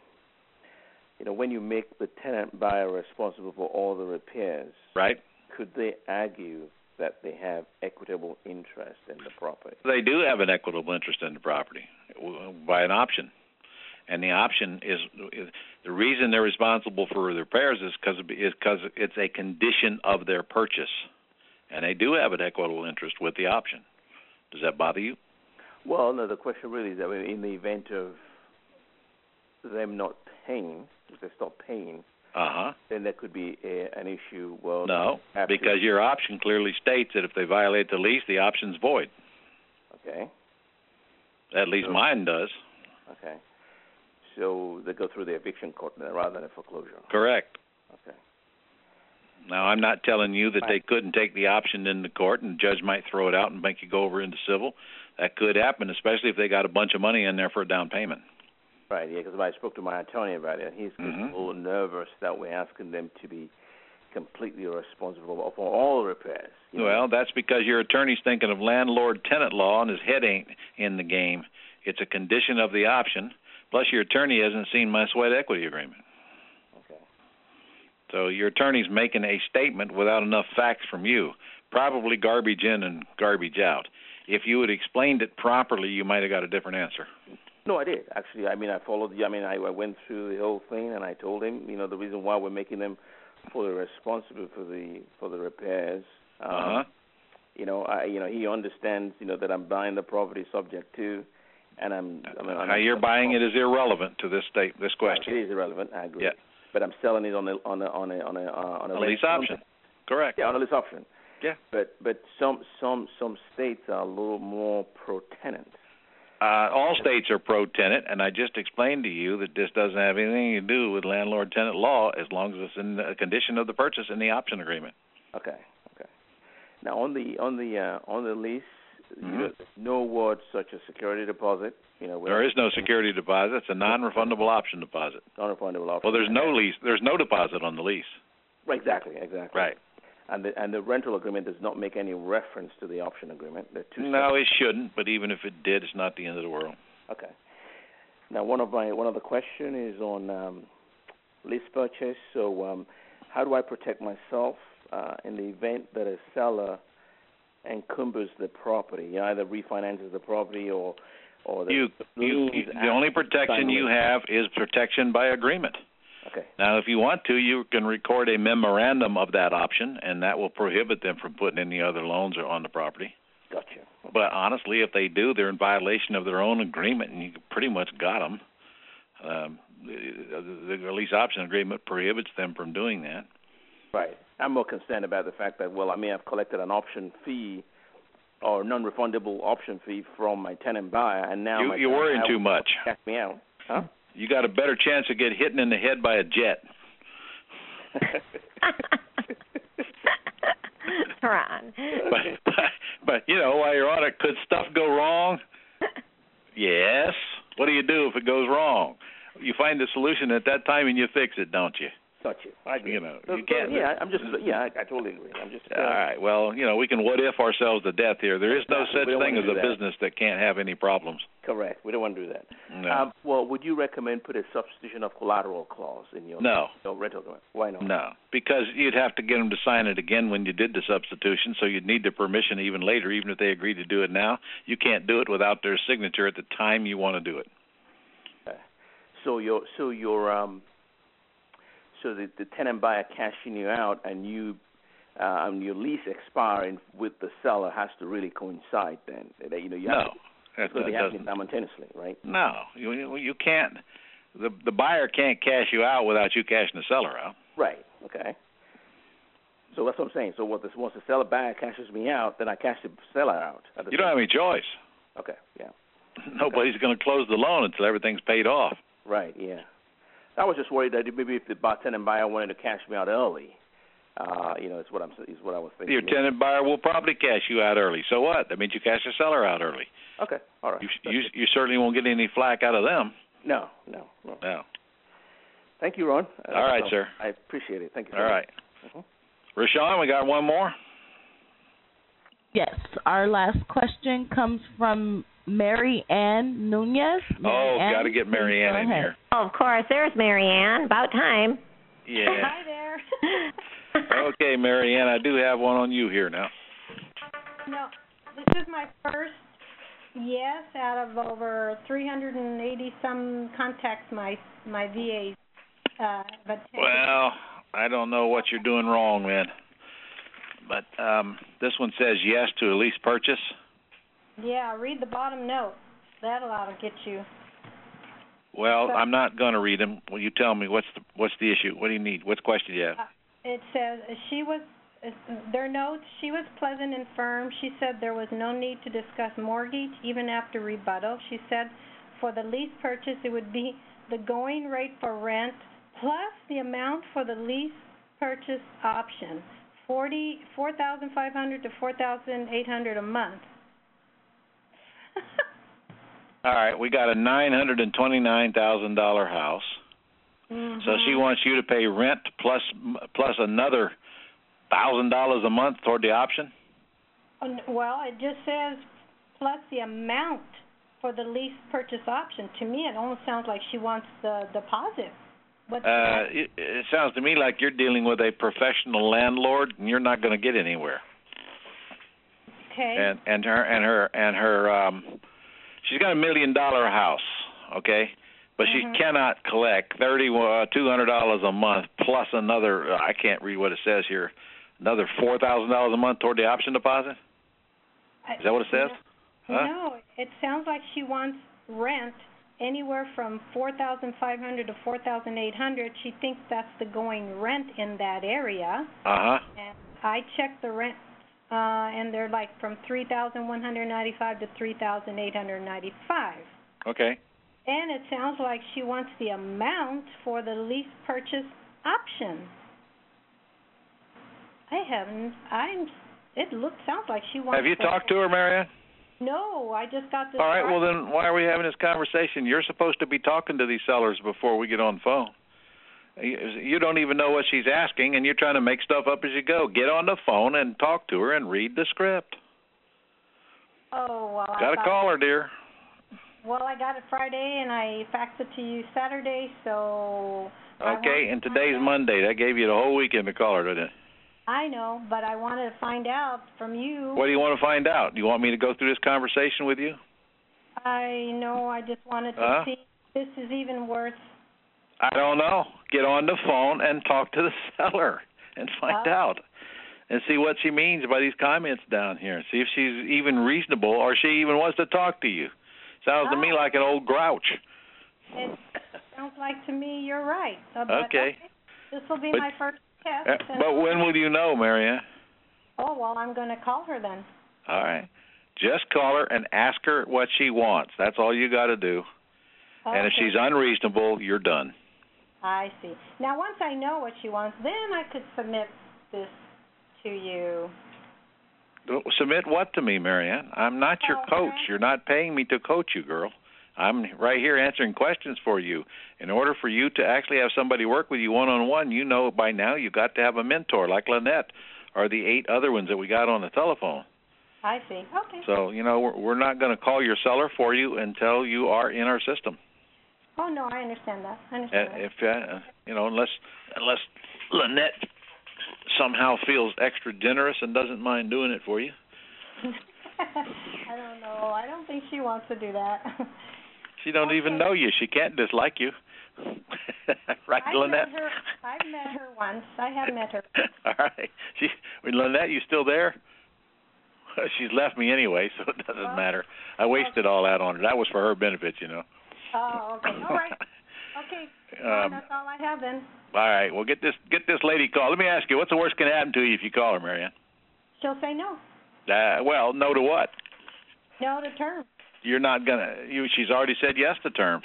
[SPEAKER 14] you know, when you make the tenant buyer responsible for all the repairs,
[SPEAKER 1] Right?
[SPEAKER 14] could they argue that they have equitable interest in the property?
[SPEAKER 1] They do have an equitable interest in the property w- by an option. And the option is is- the reason they're responsible for the repairs is because is because it's a condition of their purchase, and they do have an equitable interest with the option. Does that bother you?
[SPEAKER 14] Well, no. The question really is that in the event of them not paying, if they stop paying,
[SPEAKER 1] Uh huh.
[SPEAKER 14] then there could be a, an issue. Well,
[SPEAKER 1] No,
[SPEAKER 14] after-
[SPEAKER 1] because your option clearly states that if they violate the lease, the option's void.
[SPEAKER 14] okay,
[SPEAKER 1] At least mine does.
[SPEAKER 14] okay. So they go through the eviction court then, rather than a foreclosure.
[SPEAKER 1] Correct.
[SPEAKER 14] Okay.
[SPEAKER 1] Now, I'm not telling you that they couldn't take the option into court and the judge might throw it out and make you go over into civil. That could happen, especially if they got a bunch of money in there for a down payment.
[SPEAKER 14] Right, yeah, because I spoke to my attorney about it, and he's
[SPEAKER 1] Mhm.
[SPEAKER 14] a little nervous that we're asking them to be completely responsible for all the repairs.
[SPEAKER 1] Well, that's because your attorney's thinking of landlord tenant law and his head ain't in the game. It's a condition of the option. Plus, your attorney hasn't seen my sweat equity agreement.
[SPEAKER 14] Okay.
[SPEAKER 1] So your attorney's making a statement without enough facts from you, probably garbage in and garbage out. If you had explained it properly, you might have got a different answer.
[SPEAKER 14] No, I did actually. I mean, I followed. I mean, I, I went through the whole thing, and I told him, you know, the reason why we're making them fully responsible for the for the repairs. Um,
[SPEAKER 1] Uh-huh.
[SPEAKER 14] You know, I, you know, he understands, you know, that I'm buying the property subject to, and I'm. I mean, I'm
[SPEAKER 1] How you're buying it is irrelevant to this state, this question.
[SPEAKER 14] It is irrelevant. I agree.
[SPEAKER 1] Yeah.
[SPEAKER 14] But I'm selling it on a on a on a on a uh, on a,
[SPEAKER 1] A lease option. Correct.
[SPEAKER 14] Yeah, on a lease option.
[SPEAKER 1] Yeah.
[SPEAKER 14] But but some some some states are a little more pro tenant.
[SPEAKER 1] Uh, all states are pro tenant, and I just explained to you that this doesn't have anything to do with landlord tenant law as long as it's in the condition of the purchase in the option agreement.
[SPEAKER 14] Okay. Okay. Now on the on the uh, on the lease, you
[SPEAKER 1] Mhm.
[SPEAKER 14] know, no word such as security deposit. You know,
[SPEAKER 1] There is no security deposit, it's a non refundable option deposit.
[SPEAKER 14] non refundable option.
[SPEAKER 1] Well, there's no lease, there's no deposit on the lease.
[SPEAKER 14] Right, exactly, exactly.
[SPEAKER 1] Right.
[SPEAKER 14] And the and the rental agreement does not make any reference to the option agreement. They're two
[SPEAKER 1] No, it shouldn't, but even if it did, it's not the end of the world.
[SPEAKER 14] Okay. Now, one of my one of the question is on um, lease purchase. So, um, how do I protect myself uh, in the event that a seller encumbers the property, either refinances the property or or the
[SPEAKER 1] You, you,
[SPEAKER 14] liens
[SPEAKER 1] the only
[SPEAKER 14] after
[SPEAKER 1] protection
[SPEAKER 14] signing
[SPEAKER 1] you
[SPEAKER 14] the
[SPEAKER 1] have is protection by agreement.
[SPEAKER 14] Okay.
[SPEAKER 1] Now, if you want to, you can record a memorandum of that option, and that will prohibit them from putting any other loans or on the property.
[SPEAKER 14] Gotcha.
[SPEAKER 1] But honestly, if they do, they're in violation of their own agreement, and you pretty much got them. Um, the, the lease option agreement prohibits them from doing that.
[SPEAKER 14] Right. I'm more concerned about the fact that well, I may have collected an option fee or non-refundable option fee from my tenant buyer, and now
[SPEAKER 1] You-
[SPEAKER 14] my
[SPEAKER 1] you're
[SPEAKER 14] tenant
[SPEAKER 1] worrying
[SPEAKER 14] buyer
[SPEAKER 1] too
[SPEAKER 14] will
[SPEAKER 1] much.
[SPEAKER 14] Check me out. Huh?
[SPEAKER 1] You got a better chance of get hit in the head by a jet.
[SPEAKER 3] Ron.
[SPEAKER 1] but, but but you know while you're on it could stuff go wrong yes what do you do if it goes wrong you find the solution at that time and you fix it don't you
[SPEAKER 14] Got you. I agree.
[SPEAKER 1] you know
[SPEAKER 14] So-
[SPEAKER 1] you
[SPEAKER 14] so,
[SPEAKER 1] can't
[SPEAKER 14] yeah, I'm just yeah, I, I totally agree. I'm just uh,
[SPEAKER 1] all right well you know we can what if ourselves to death here there is no
[SPEAKER 14] Exactly.
[SPEAKER 1] such
[SPEAKER 14] We don't
[SPEAKER 1] thing as
[SPEAKER 14] wanna
[SPEAKER 1] a
[SPEAKER 14] do that.
[SPEAKER 1] business that can't have any problems
[SPEAKER 14] correct. We don't want to do that.
[SPEAKER 1] no
[SPEAKER 14] Um, well, would you recommend put a substitution of collateral clause in your
[SPEAKER 1] No.
[SPEAKER 14] your rental agreement? Why not?
[SPEAKER 1] no because you'd have to get them to sign it again when you did the substitution so you'd need their permission even later even if they agree to do it now you can't do it without their signature at the time you want to do it
[SPEAKER 14] So your so your um so the, the tenant buyer cashing you out and you uh, and your lease expiring with the seller has to really coincide then. That, you know you have
[SPEAKER 1] no
[SPEAKER 14] to, it's going
[SPEAKER 1] that
[SPEAKER 14] to be
[SPEAKER 1] doesn't
[SPEAKER 14] happening simultaneously, right?
[SPEAKER 1] No, you you you can't. The the buyer can't cash you out without you cashing the seller out.
[SPEAKER 14] Right. Okay. So that's what I'm saying. So what this once the seller buyer cashes me out, then I cash the seller out. at the
[SPEAKER 1] You don't have any choice.
[SPEAKER 14] same- Okay. Yeah.
[SPEAKER 1] Nobody's going to close the loan until everything's paid off.
[SPEAKER 14] Right. Yeah. I was just worried that maybe if the bu- tenant buyer wanted to cash me out early, uh, you know, is what I'm is what I was thinking.
[SPEAKER 1] Your tenant buyer will probably cash you out early. So what? That means you cash the seller out early.
[SPEAKER 14] Okay. All right.
[SPEAKER 1] You you, you certainly won't get any flack out of them.
[SPEAKER 14] No. No. No.
[SPEAKER 1] No.
[SPEAKER 14] Thank you, Ron. Uh,
[SPEAKER 1] All right,
[SPEAKER 14] so
[SPEAKER 1] sir.
[SPEAKER 14] I appreciate it. Thank you. So
[SPEAKER 1] All right.
[SPEAKER 14] Mhm.
[SPEAKER 1] Rashawn, we got one more.
[SPEAKER 2] Yes, our last question comes from Mary Ann Nunez.
[SPEAKER 1] oh,
[SPEAKER 2] Mary Ann,
[SPEAKER 1] got to get Mary Ann
[SPEAKER 2] go
[SPEAKER 1] in
[SPEAKER 2] ahead.
[SPEAKER 1] here.
[SPEAKER 3] Oh, of course, there's Marianne. About time.
[SPEAKER 1] Yeah.
[SPEAKER 15] Hi there.
[SPEAKER 1] okay, Mary Ann, I do have one on you here now.
[SPEAKER 15] no, this is my first yes out of over 380 some contacts my my VA uh, have attended.
[SPEAKER 1] Well, I don't know what you're doing wrong, man. But um this one says yes to a lease purchase.
[SPEAKER 15] Yeah, read the bottom note. That'll ought to get you.
[SPEAKER 1] Well, I'm not going to read them. Will you tell me what's the what's the issue? What do you need? What question do you have?
[SPEAKER 15] It says uh, she was uh, their notes. She was pleasant and firm. She said there was no need to discuss mortgage even after rebuttal. She said for the lease purchase it would be the going rate for rent plus the amount for the lease purchase option, forty four thousand five hundred to four thousand eight hundred a month.
[SPEAKER 1] All right, we got a nine hundred and twenty nine thousand dollar house. So she wants you to pay rent plus plus another thousand dollars a month toward the option.
[SPEAKER 15] And- Well, it just says plus the amount for the lease purchase option. To me, it almost sounds like she wants the deposit. What's
[SPEAKER 1] Uh, it, it sounds to me like you're dealing with a professional landlord, and you're not going to get anywhere.
[SPEAKER 15] okay?
[SPEAKER 1] and and her and her and her um she's got a million dollar house okay but
[SPEAKER 15] Mhm.
[SPEAKER 1] she cannot collect thirty uh, two hundred dollars a month plus another uh, i can't read what it says here another four thousand dollars a month toward the option deposit
[SPEAKER 15] I-
[SPEAKER 1] is that what it says Huh?
[SPEAKER 15] No, it sounds like she wants rent anywhere from four thousand five hundred to four thousand eight hundred. She thinks that's the going rent in that area.
[SPEAKER 1] uh-huh
[SPEAKER 15] And I checked the rent, uh, and they're like from three thousand one hundred ninety-five to three thousand eight hundred ninety-five.
[SPEAKER 1] okay
[SPEAKER 15] And it sounds like she wants the amount for the lease purchase option. I haven't. I'm. It looks sounds like she wants.
[SPEAKER 1] have you talked to her marianne
[SPEAKER 15] No, I just got this.
[SPEAKER 1] all right well
[SPEAKER 15] Friday.
[SPEAKER 1] then why are we having this conversation you're supposed to be talking to these sellers before we get on the phone you you don't even know what she's asking and you're trying to make stuff up as you go get on the phone and talk to her and read the script
[SPEAKER 15] Oh well. I
[SPEAKER 1] got to
[SPEAKER 15] thought-
[SPEAKER 1] call her dear
[SPEAKER 15] Well, I got it Friday, and I faxed it to you Saturday. So. I want- Uh-huh.
[SPEAKER 1] Okay,
[SPEAKER 15] Mm-hmm.
[SPEAKER 1] and today's Monday. That gave you the whole weekend to call her, didn't it?
[SPEAKER 15] I know, but I wanted to find out from you.
[SPEAKER 1] What do you want to find out? Do you want me to go through this conversation with you?
[SPEAKER 15] I know. I just wanted to
[SPEAKER 1] Huh?
[SPEAKER 15] see if this is even worth.
[SPEAKER 1] I don't know. Get on the phone and talk to the seller and find
[SPEAKER 15] Uh.
[SPEAKER 1] out and see what she means by these comments down here. See if she's even reasonable or she even wants to talk to you. Sounds to
[SPEAKER 15] Oh.
[SPEAKER 1] me like an old grouch.
[SPEAKER 15] It sounds like to me you're right. So, uh, but,
[SPEAKER 1] Okay.
[SPEAKER 15] This will be
[SPEAKER 1] But-
[SPEAKER 15] my first test.
[SPEAKER 1] Uh,
[SPEAKER 15] and-
[SPEAKER 1] But when will you know, Marianne?
[SPEAKER 15] Oh well, I'm going to call her then.
[SPEAKER 1] All right. Just call her and ask her what she wants. That's all you got to do. And if
[SPEAKER 15] Okay.
[SPEAKER 1] she's unreasonable, you're done.
[SPEAKER 15] I see. Now, once I know what she wants, then I could submit this to you.
[SPEAKER 1] Submit what to me, Marianne? I'm not your coach. You're not paying me to coach you, girl. I'm right here answering questions for you. In order for you to actually have somebody work with you one on one, you know by now you got to have a mentor like Lynette or the eight other ones that we got on the telephone.
[SPEAKER 15] I see. Okay.
[SPEAKER 1] So, you know, we're, we're not going to call your seller for you until you are in our system.
[SPEAKER 15] oh no, I understand that. I understand.
[SPEAKER 1] And if uh, you know, unless unless Lynette somehow feels extra generous and doesn't mind doing it for you.
[SPEAKER 15] that. I don't know. I don't think she wants to do that.
[SPEAKER 1] She don't even know you. She can't dislike you. right,
[SPEAKER 15] I've
[SPEAKER 1] Lynette?
[SPEAKER 15] met her. I've met her once. I have met her.
[SPEAKER 1] All right. She Lynette, you still there? She's left me anyway, so it doesn't
[SPEAKER 15] Well,
[SPEAKER 1] matter. I wasted all that on her. That was for her benefit, you know.
[SPEAKER 15] Oh, okay. All right. Okay.
[SPEAKER 1] Um,
[SPEAKER 15] That's all I have then.
[SPEAKER 1] all right. Well, get this get this lady called. Let me ask you, what's the worst can happen to you if you call her, Marianne?
[SPEAKER 15] She'll say no.
[SPEAKER 1] Uh, well, no to what?
[SPEAKER 15] No to terms.
[SPEAKER 1] You're not gonna. You, she's already said yes to terms.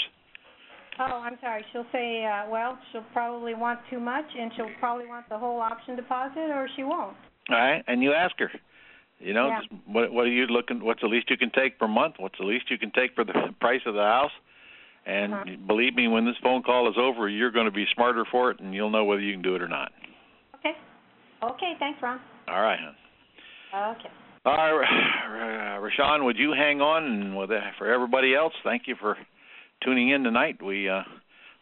[SPEAKER 15] Oh, I'm sorry. She'll say, uh, well, she'll probably want too much, and she'll probably want the whole option deposit, or she won't.
[SPEAKER 1] All right, and you ask her. You know,
[SPEAKER 15] Yeah.
[SPEAKER 1] just what what are you looking? What's the least you can take per month? What's the least you can take for the price of the house? And
[SPEAKER 15] Uh-huh.
[SPEAKER 1] believe me, when this phone call is over, you're going to be smarter for it, and you'll know whether you can do it or not.
[SPEAKER 15] Okay. Okay. Thanks, Ron.
[SPEAKER 1] All right, hon.
[SPEAKER 15] Okay.
[SPEAKER 1] All right, Uh, Ra- Rashawn, would you hang on? And with that, for everybody else, thank you for tuning in tonight. We uh,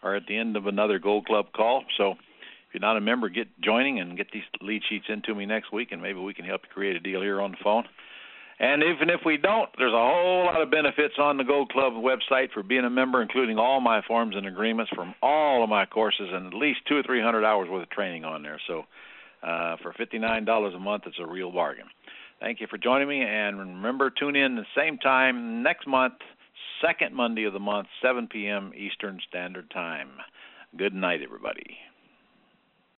[SPEAKER 1] are at the end of another Gold Club call, so if you're not a member, get joining and get these lead sheets into me next week, and maybe we can help you create a deal here on the phone. And even if we don't, there's a whole lot of benefits on the Gold Club website for being a member, including all my forms and agreements from all of my courses and at least two or three hundred hours worth of training on there. So uh, for fifty-nine dollars a month, it's a real bargain. Thank you for joining me, and remember, tune in the same time next month, second Monday of the month, 7 p.m. Eastern Standard Time. Good night, everybody.